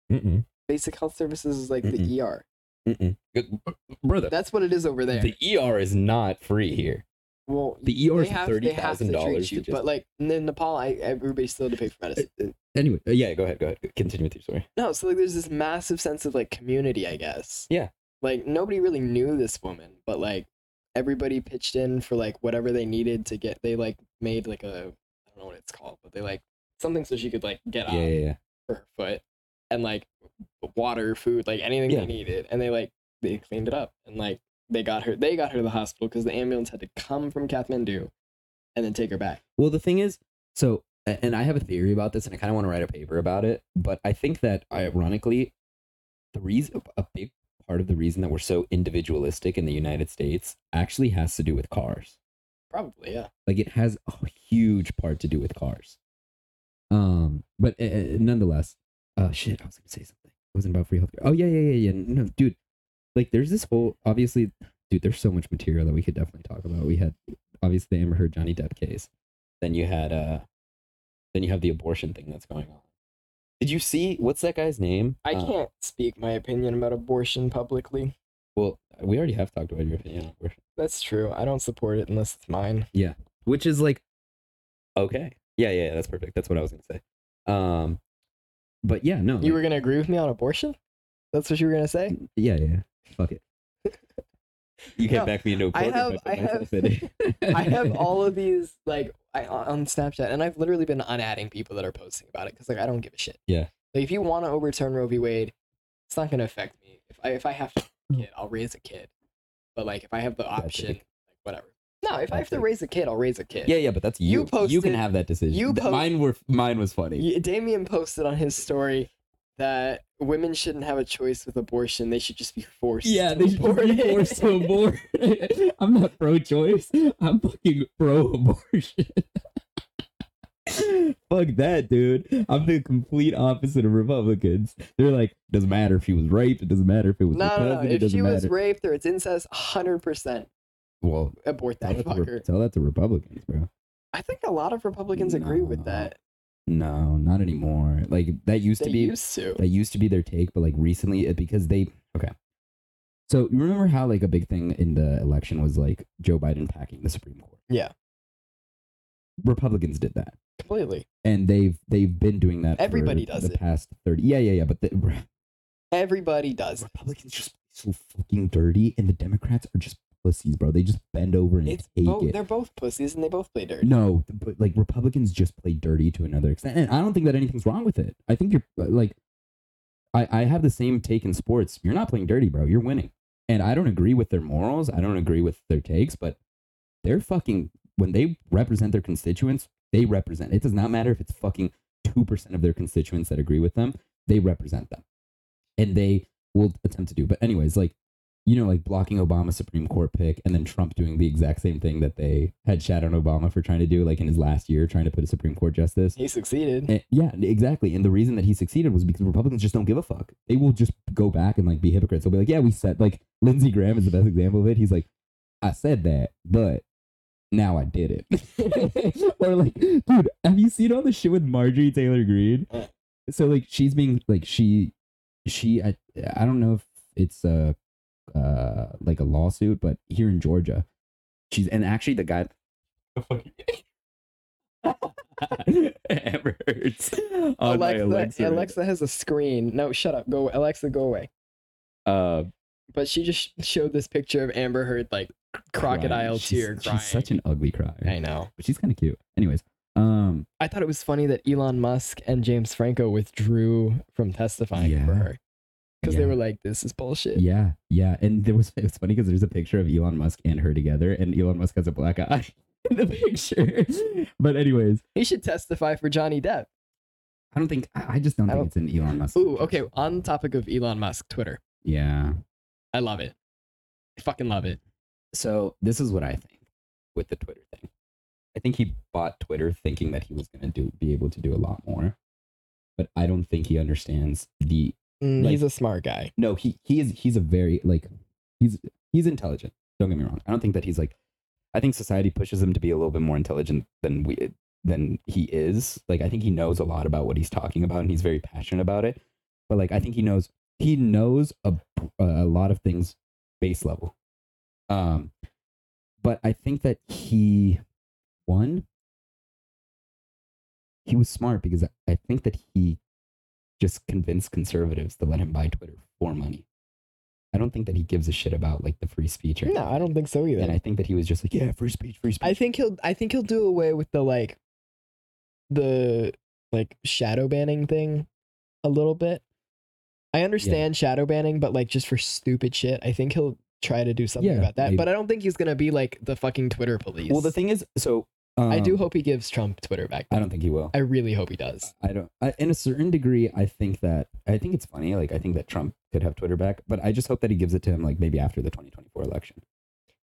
S1: Mm-mm.
S2: Basic health services is like
S1: Mm-mm.
S2: the ER.
S1: Mm-mm. Good- Brother,
S2: That's what it is over there.
S1: the ER is not free here.
S2: well,
S1: The ER
S2: they
S1: is
S2: have,
S1: thirty
S2: they have to
S1: thousand
S2: treat
S1: dollars.
S2: you, but like in Nepal, I, everybody still had to pay for medicine.
S1: anyway, uh, yeah. Go ahead. Go ahead. Continue with your story.
S2: No, so like there's this massive sense of like community, I guess.
S1: Yeah.
S2: Like nobody really knew this woman, but like everybody pitched in for like whatever they needed to get. They like made like a I don't know what it's called, but they like something so she could like
S1: Yeah,
S2: get up
S1: yeah, yeah.
S2: for her foot and like water, food, like anything
S1: Yeah.
S2: they needed, and they like they cleaned it up and like they got her they got her to the hospital because the ambulance had to come from Kathmandu and then take her back.
S1: Well, the thing is, so a- and I have a theory about this, and I kind of want to write a paper about it. But I think that ironically, the reason a big part of the reason that we're so individualistic in the United States actually has to do with cars.
S2: Probably, yeah.
S1: Like it has a huge part to do with cars. Um, but uh, uh, nonetheless, uh, shit, I was gonna say something. It wasn't about free healthcare. Oh yeah, yeah, yeah, yeah. No, dude, like there's this whole obviously, dude. There's so much material that we could definitely talk about. We had obviously the Amber Heard Johnny Depp case. Then you had uh, then you have the abortion thing that's going on. Did you see what's that guy's name?
S2: I
S1: Uh,
S2: can't speak my opinion about abortion publicly.
S1: Well, we already have talked about your opinion on abortion,
S2: That's true. I don't support it unless it's mine.
S1: which is like, okay, yeah, yeah, yeah, that's perfect. That's what I was gonna say. Um, but yeah, no,
S2: You
S1: like-
S2: were gonna agree with me on abortion? That's what you were gonna say?
S1: yeah, yeah, fuck it. You can't
S2: No,
S1: back me into a
S2: I
S1: corner. if
S2: have-
S1: put
S2: I
S1: myself
S2: have-
S1: in it.
S2: I have all of these like I on on Snapchat, and I've literally been unadding people that are posting about it because like I don't give a shit.
S1: Yeah.
S2: Like if you want to overturn Roe v. Wade, it's not gonna affect me. If I if I have to raise a kid, I'll raise a kid. But like if I have the
S1: Bad
S2: option,
S1: take.
S2: like whatever. No, if I
S1: Bad
S2: have to
S1: take.
S2: raise a kid, I'll raise a kid.
S1: Yeah, yeah, but that's you. You,
S2: You posted-
S1: can have that decision.
S2: you
S1: Th-
S2: post-
S1: mine were mine was funny.
S2: Y- Damien posted on his story that women shouldn't have a choice with abortion; they should just be forced.
S1: Yeah,
S2: to
S1: they should
S2: abort
S1: be
S2: it.
S1: forced to abort. I'm not pro-choice. I'm fucking pro-abortion. Fuck that, dude. I'm the complete opposite of Republicans. They're like, doesn't matter if he was raped. It doesn't matter if it was her
S2: No, no, no.
S1: cousin. It
S2: If
S1: doesn't
S2: she
S1: matter.
S2: was raped or it's incest, hundred percent
S1: well,
S2: abort
S1: tell
S2: that
S1: that, to Re-
S2: fucker.
S1: tell that to Republicans, bro.
S2: I think a lot of Republicans agree with that.
S1: No, not anymore. Like that used
S2: They
S1: to be.
S2: used to.
S1: that used to be their take, but like recently, it, because they okay. So you remember how like a big thing in the election was like Joe Biden packing the Supreme Court?
S2: Yeah.
S1: Republicans did that,
S2: Completely.
S1: and they've they've been doing that. for
S2: Everybody does
S1: the
S2: it.
S1: past thirty. Yeah, yeah, yeah. But the
S2: Everybody does. it.
S1: Republicans just so fucking dirty, and the Democrats are just pussies, bro. They just bend over and
S2: It's
S1: take
S2: both.
S1: it.
S2: They're both pussies and they both play dirty.
S1: No, th- but like Republicans just play dirty to another extent, and I don't think that anything's wrong with it. I think you're uh, like, I I have the same take in sports. You're not playing dirty, bro. You're winning, and I don't agree with their morals. I don't agree with their takes, but they're fucking when they represent their constituents, they represent. It does not matter if it's fucking two percent of their constituents that agree with them. They represent them, and they will attempt to do. But anyways, like you know, like blocking Obama's Supreme Court pick and then Trump doing the exact same thing that they had shat on Obama for trying to do, like in his last year, trying to put a Supreme Court justice.
S2: He succeeded.
S1: And- Eh, yeah, exactly. And the reason that he succeeded was because Republicans just don't give a fuck. They will just go back and like be hypocrites. They'll be like, yeah, we said, like, Lindsey Graham is the best example of it. He's like, I said that, but now I did it. or like, dude, have you seen all the shit with Marjorie Taylor Greene?
S2: Uh.
S1: So like, she's being like, she, she, I, I don't know if it's a, uh, like a lawsuit, but here in Georgia, she's and actually the guy. The fucking. Amber hurts on my
S2: Alexa,
S1: Alexa.
S2: Alexa has a screen. No, shut up. Go, Alexa, go away.
S1: uh,
S2: But she just showed this picture of Amber Heard like crocodile
S1: crying. She's-
S2: tear
S1: she's,
S2: crying.
S1: such an ugly crier.
S2: I know.
S1: But she's kind of cute. Anyways, um,
S2: I thought it was funny that Elon Musk and James Franco withdrew from testifying
S1: Yeah.
S2: for her because they
S1: Yeah.
S2: were like, "This is bullshit."
S1: yeah, yeah, and there was it's funny because there's a picture of Elon Musk and her together, and Elon Musk has a black eye in the picture. but anyways,
S2: He should testify for Johnny Depp.
S1: I don't think I, I just don't
S2: I
S1: think it's in Elon Musk.
S2: Ooh, okay. On the topic of Elon Musk, Twitter.
S1: Yeah.
S2: I love it. I fucking love it.
S1: So this is what I think with the Twitter thing. I think he bought Twitter thinking that he was going to do be able to do a lot more, but I don't think he understands the Like-
S2: Mm, he's a smart guy.
S1: no he he is he's a very like he's he's intelligent don't get me wrong i don't think that he's like i think society pushes him to be a little bit more intelligent than we than he is like i think he knows a lot about what he's talking about and he's very passionate about it but like i think he knows he knows a, a lot of things base level um but i think that he one he was smart because I- i think that he just convince conservatives to let him buy Twitter for money. I don't think that he gives a shit about like the free speech. Or
S2: No, I don't think so either.
S1: And I think that he was just like, yeah, free speech, free speech.
S2: I think he'll I think he'll do away with the like the like shadow banning thing a little bit. I understand shadow banning, but like just for stupid shit, I think he'll try to do something
S1: Yeah,
S2: about that.
S1: maybe.
S2: But I don't think he's gonna be like the fucking Twitter police.
S1: well, the thing is, so
S2: I do
S1: Um,
S2: hope he gives Trump Twitter back.
S1: I don't think he will.
S2: I really hope he does.
S1: I don't. I, in a certain degree, I think that I think it's funny. Like I think that Trump could have Twitter back, but I just hope that he gives it to him like maybe after the 2024 election.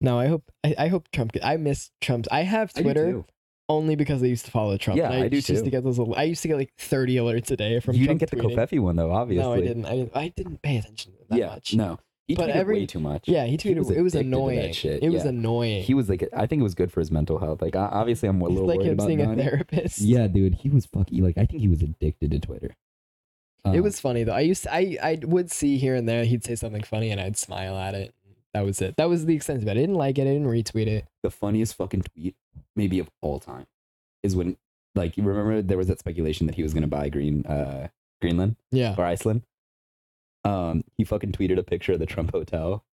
S2: No, I hope I, I hope Trump. I miss Trump's. I have Twitter only because I used to follow Trump.
S1: Yeah,
S2: and
S1: I do
S2: just Used to
S1: too.
S2: get those. al- I used to get like thirty alerts a day from.
S1: you
S2: Trump
S1: didn't get the
S2: tweeting.
S1: Kofefi one though, obviously.
S2: No, I didn't. I didn't. I didn't pay attention to it that
S1: yeah,
S2: much.
S1: no. He
S2: But
S1: tweeted
S2: every-
S1: way too much.
S2: Yeah, he tweeted.
S1: He was
S2: it
S1: addicted
S2: was
S1: to that
S2: annoying.
S1: shit,
S2: It was
S1: yeah.
S2: annoying.
S1: He was like, I think it was good for his mental health. Like, I, obviously, I'm a
S2: It's
S1: little
S2: like
S1: worried
S2: him
S1: about
S2: seeing a
S1: Donnie.
S2: therapist.
S1: Yeah, dude, he was fucking like I think he was addicted to Twitter.
S2: It
S1: Um,
S2: was funny though. I used to, I I would see here and there. He'd say something funny, and I'd smile at it. That was it. That was the extent of it. I didn't like it. I didn't retweet it.
S1: the funniest fucking tweet maybe of all time is when like you remember there was that speculation that he was gonna buy Green uh Greenland
S2: Yeah.
S1: or Iceland. Um, he fucking tweeted a picture of the Trump Hotel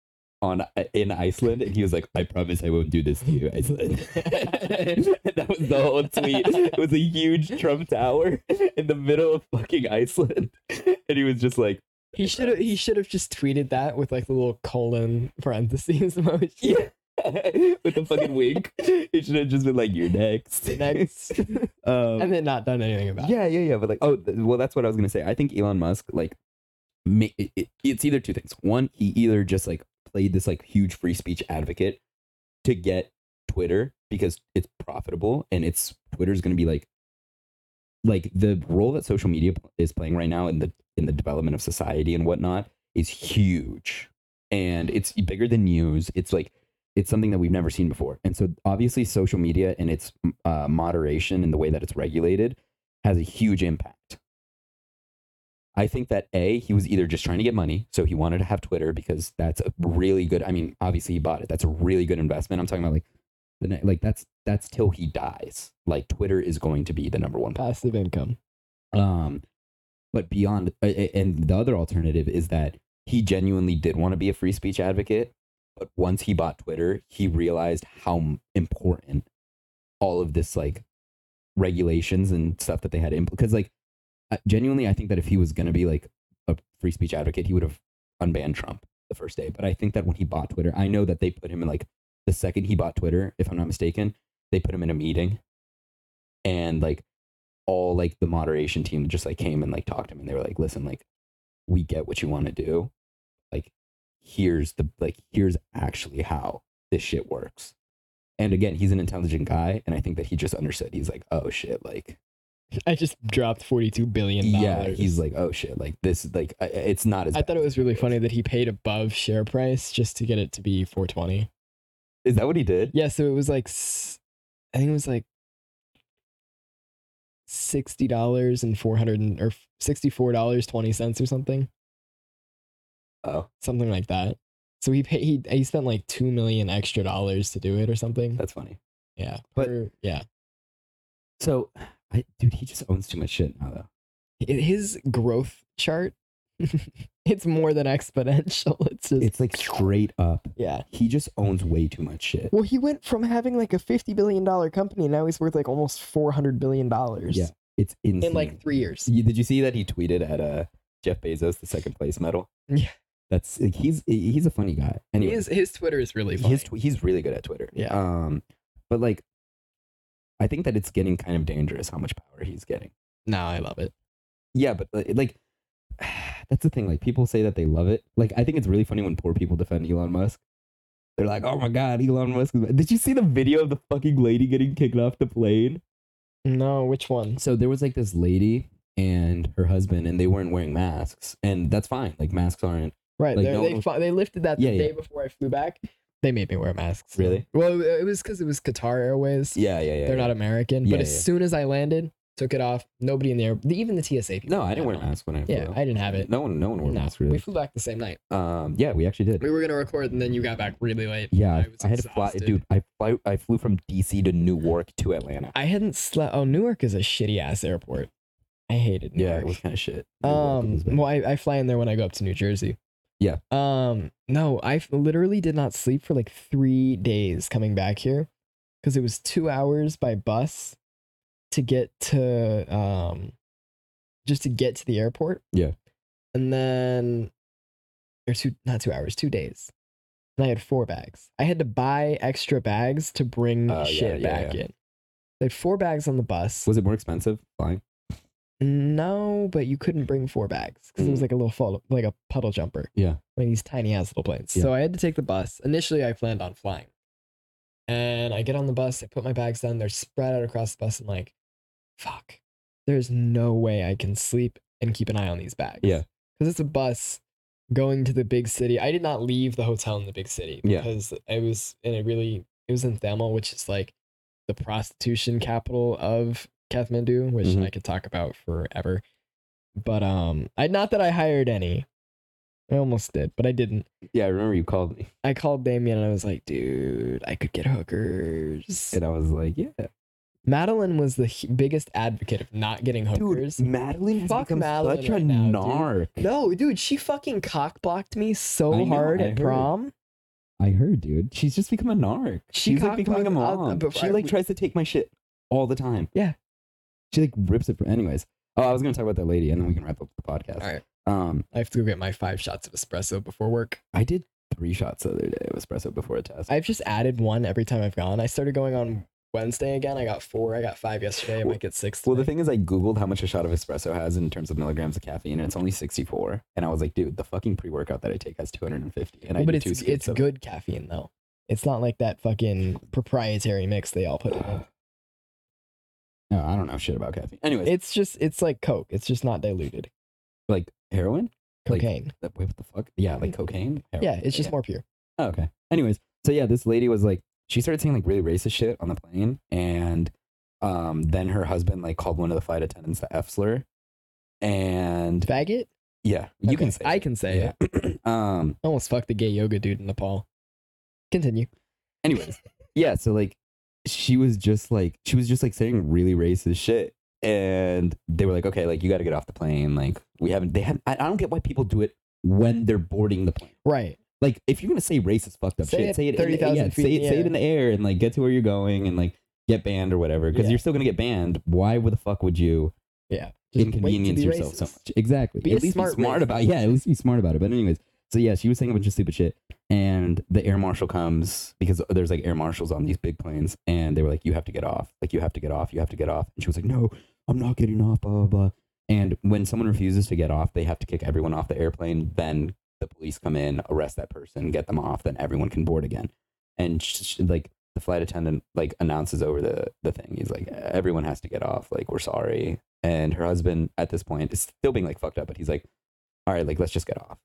S1: on uh, in Iceland, and he was like, "I promise I won't do this to you, Iceland." that was the whole tweet. It was a huge Trump Tower in the middle of fucking Iceland, and he was just like,
S2: He should have. He should have just tweeted that with like the little colon parentheses emoji.
S1: Yeah. with a fucking wink. It should have just been like, "You're next."
S2: Next,
S1: Um,
S2: and then not done anything about it.
S1: yeah, yeah, yeah. But like, oh, th- well, that's what I was gonna say. I think Elon Musk, like, ma- it, it- it's either two things. One, he either just like played this like huge free speech advocate to get Twitter because it's profitable and it's Twitter's gonna be like, like the role that social media pl- is playing right now in the in the development of society and whatnot is huge, and it's bigger than news. It's like it's something that we've never seen before, and so obviously social media and its uh, moderation and the way that it's regulated has a huge impact. I think that A, he was either just trying to get money, so he wanted to have Twitter because that's a really good. I mean, obviously he bought it. That's a really good investment. I'm talking about like the ne- like that's that's till he dies. Like Twitter is going to be the number one.
S2: Passive income.
S1: Um, but beyond, a- a- and the other alternative is that he genuinely did want to be a free speech advocate. But once he bought Twitter, he realized how m- important all of this like regulations and stuff that they had in because like I- genuinely, I think that if he was gonna be like a free speech advocate, he would have unbanned Trump the first day. But I think that when he bought Twitter, I know that they put him in like the second he bought Twitter, if I'm not mistaken, they put him in a meeting and like all like the moderation team just like came and like talked to him and they were like listen like we get what you want to do like here's the like here's actually how this shit works and again he's an intelligent guy and i think that he just understood he's like oh shit like
S2: I just dropped forty-two billion.
S1: yeah he's like oh shit like this like I, I- it's not as
S2: I
S1: bad
S2: thought it
S1: as
S2: was really
S1: was.
S2: funny that he paid above share price just to get it to be 420.
S1: is that what he did
S2: Yeah, so it was like s- I think it was like sixty dollars and four hundred and or sixty four dollars twenty cents or something,
S1: oh
S2: something like that. So he paid he he spent like two million extra dollars to do it or something.
S1: that's funny
S2: Yeah,
S1: but-
S2: Or- yeah,
S1: so I, dude he just owns too much shit now though
S2: I- his growth chart, it's more than exponential. It's just
S1: it's like straight up
S2: yeah.
S1: he just owns way too much shit
S2: Well, he went from having like a fifty billion dollar company, now he's worth like almost four hundred billion dollars.
S1: Yeah, it's insane.
S2: in like three years.
S1: You- did you see that he tweeted at uh, Jeff Bezos the second place medal?
S2: Yeah.
S1: that's like, he's he's a funny guy. Anyway,
S2: His his Twitter is really funny.
S1: his tw- he's really good at Twitter.
S2: Yeah.
S1: Um, but like, I think that it's getting kind of dangerous how much power he's getting.
S2: no, I love it.
S1: Yeah, but li- like, that's the thing. Like, people say that they love it. Like, I think it's really funny when poor people defend Elon Musk. They're like, "Oh my God, Elon Musk!" Is... Did you see the video of the fucking lady getting kicked off the plane?
S2: No, which one?
S1: so there was like this lady and her husband and they weren't wearing masks and that's fine like masks aren't
S2: Right,
S1: Like,
S2: they're-
S1: no
S2: they
S1: one-
S2: fi- they lifted that the
S1: Yeah, yeah.
S2: day before I flew back. They made me wear masks.
S1: Really?
S2: Well, it it was because it was Qatar Airways.
S1: yeah yeah yeah
S2: they're not American.
S1: Yeah,
S2: but as
S1: yeah.
S2: soon as I landed, took it off. Nobody in the air, even the TSA people.
S1: no i didn't wear
S2: masks.
S1: masks when i flew
S2: Yeah, I didn't have it.
S1: no one no one wore
S2: No,
S1: masks
S2: we
S1: really
S2: flew back the same night.
S1: um yeah we actually did
S2: We were gonna record, and then you got back really late.
S1: yeah
S2: I
S1: i,
S2: was
S1: I had to fly
S2: exhausted.
S1: dude I, fly, I flew from dc to newark to atlanta
S2: I hadn't slept. Oh, Newark is a shitty ass airport. I hated Newark.
S1: yeah it was kind of shit Newark
S2: Um,
S1: was bad.
S2: well, I, I fly in there when I go up to New Jersey.
S1: Yeah.
S2: Um, no, I f- literally did not sleep for like three days coming back here because it was two hours by bus to get to, um, just to get to the airport.
S1: Yeah.
S2: And then, or two, not two hours, two days. And I had four bags. I had to buy extra bags to bring
S1: Oh, yeah,
S2: shit
S1: yeah,
S2: back in. They had four bags on the bus.
S1: Was it more expensive flying?
S2: No, but you couldn't bring four bags because it was
S1: Mm.
S2: like a little fall, like a puddle jumper.
S1: Yeah.
S2: Like these tiny ass little planes.
S1: Yeah.
S2: So I had to take the bus. Initially, I planned on flying. And I get on the bus, I put my bags down, they're spread out across the bus. I'm like, fuck, there's no way I can sleep and keep an eye on these bags.
S1: Yeah.
S2: Because it's a bus going to the big city. I did not leave the hotel in the big city
S1: Yeah.
S2: because I was in a really, it was in Thamel, which is like the prostitution capital of Kathmandu, which
S1: Mhm.
S2: I could talk about forever. But um, I not that I hired any. I almost did, but I didn't.
S1: Yeah, I remember you called me,
S2: I called Damien and I was like, dude, I could get hookers.
S1: and I was like, "Yeah,
S2: Madeline was the h- biggest advocate of not getting hookers.
S1: Madeline
S2: has become such a
S1: narc."
S2: No, dude, she fucking cockblocked me so
S1: I know,
S2: hard
S1: I
S2: at
S1: heard.
S2: prom.
S1: I heard, dude. She's just become a narc.
S2: She
S1: She's like becoming a
S2: cockblocked- I'll-
S1: mom.
S2: but
S1: she
S2: I-
S1: like
S2: we-
S1: tries to take my shit all the time.
S2: Yeah.
S1: She like rips it. For, anyways, oh, I was gonna talk about that lady, and then we can wrap up the podcast.
S2: All right.
S1: Um,
S2: I have to go get my five shots of espresso before work.
S1: I did three shots the other day of espresso before a test.
S2: I've just added one every time I've gone. I started going on Wednesday again. I got four. I got five yesterday. I
S1: Well-
S2: might get six.
S1: well, the
S2: today.
S1: thing is, I googled how much a shot of espresso has in terms of milligrams of caffeine, and it's only sixty-four. And I was like, dude, the fucking pre-workout that I take has two hundred and fifty, and I
S2: Well, but
S1: do
S2: it's
S1: two
S2: it's
S1: scoops of-
S2: good caffeine though. It's not like that fucking proprietary mix they all put in. it.
S1: No, I don't know shit about caffeine. Anyways,
S2: It's just it's like Coke. It's just not diluted.
S1: like heroin. Like-
S2: Cocaine.
S1: That- Wait, what the fuck? Yeah, like cocaine. heroin.
S2: yeah, it's just more pure.
S1: Oh, okay. Anyways, so yeah, this lady was like, she started saying like really racist shit on the plane, and um, then her husband like called one of the flight attendants the F slur, and
S2: Faggot.
S1: yeah, you
S2: Okay,
S1: can say
S2: I
S1: it.
S2: can say it.
S1: Yeah. um.
S2: I almost fucked the gay yoga dude in Nepal. Continue.
S1: Anyways, yeah. So like, she was just like, she was just like saying really racist shit, and they were like, okay, like you got to get off the plane. Like we haven't. They haven't. I, I don't get why people do it when they're boarding the plane.
S2: Right.
S1: like if you're gonna say racist fucked up
S2: Say
S1: shit,
S2: it
S1: say it in the-
S2: 30,000
S1: yeah,
S2: feet
S1: say it,
S2: in the
S1: say it
S2: air.
S1: in the air and like get to where you're going and like get banned or whatever because
S2: Yeah.
S1: you're still gonna get banned. Why would the fuck would you
S2: Just wait to
S1: inconvenience
S2: be
S1: yourself so
S2: racist.
S1: much? Exactly.
S2: Be a
S1: at least
S2: smart
S1: be smart
S2: racist.
S1: about yeah. At least be smart about it. But anyways, so yeah, she was saying a bunch of stupid shit, and the air marshal comes because there's like air marshals on these big planes, and they were like, "You have to get off. Like you have to get off. You have to get off." And she was like, "No, I'm not getting off." Blah blah blah. And when someone refuses to get off, they have to kick everyone off the airplane. Then the police come in, arrest that person, get them off. Then everyone can board again. And sh sh like the flight attendant like announces over the the thing. He's like, everyone has to get off. Like we're sorry. And her husband at this point is still being like fucked up, but he's like, all right, like let's just get off.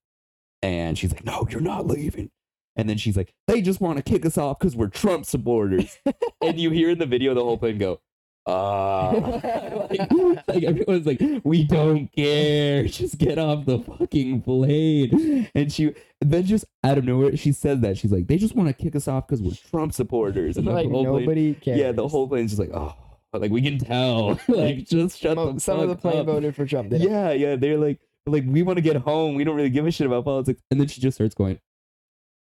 S1: And she's like, no, you're not leaving. And then she's like, they just want to kick us off because we're Trump supporters. and you hear in the video the whole plane go, ah. like, like everyone's like, we don't care. Just get off the fucking plane. And she then just out of nowhere, she said that. She's like, they just want to kick us off because we're Trump supporters. And the
S2: like
S1: whole plane-
S2: nobody cares.
S1: yeah, the whole plane's just like, oh, like we can tell. like just shut
S2: Mo-
S1: the
S2: some of the
S1: fuck
S2: plane
S1: up.
S2: voted for Trump. They don't-
S1: Yeah, yeah. They're like, like we want to get home. We don't really give a shit about politics. And then she just starts going,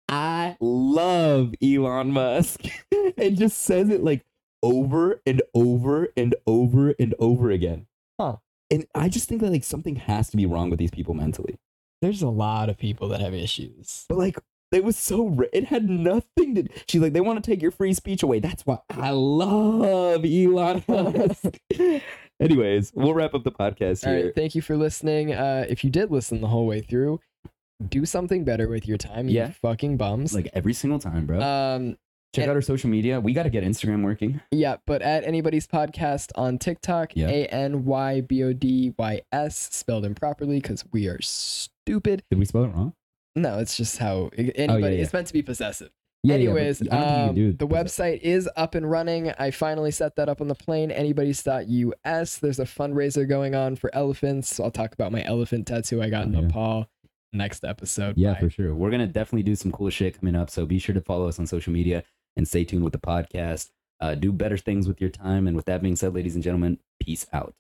S1: I love Elon Musk, and just says it like over and over and over and over again.
S2: Huh.
S1: And I just think that like something has to be wrong with these people mentally.
S2: There's a lot of people that have issues.
S1: But like. It was so. Ra- it had nothing to. She's like, they want to take your free speech away. That's why I love Elon Musk. Anyways, we'll wrap up the podcast
S2: All
S1: here.
S2: right, thank you for listening. Uh, if you did listen the whole way through, do something better with your time.
S1: Yeah.
S2: You fucking bums.
S1: like every single time, bro.
S2: um,
S1: Check
S2: and-
S1: out our social media. We got to get Instagram working.
S2: yeah, but at anybody's podcast on TikTok,
S1: Yeah.
S2: A N Y B O D Y S, spelled improperly because we are stupid.
S1: Did we spell it wrong?
S2: No, it's just how anybody.
S1: Oh, yeah.
S2: It's meant to be possessive. Anyways, um, the website is up and running. I finally set that up on the plane, anybody's.us. There's a fundraiser going on for elephants. I'll talk about my elephant tattoo I got in
S1: Yeah.
S2: Nepal next episode.
S1: Yeah,
S2: Bye.
S1: for sure. We're gonna definitely do some cool shit coming up. So be sure to follow us on social media and stay tuned with the podcast. Uh, do better things with your time. And with that being said, ladies and gentlemen, peace out.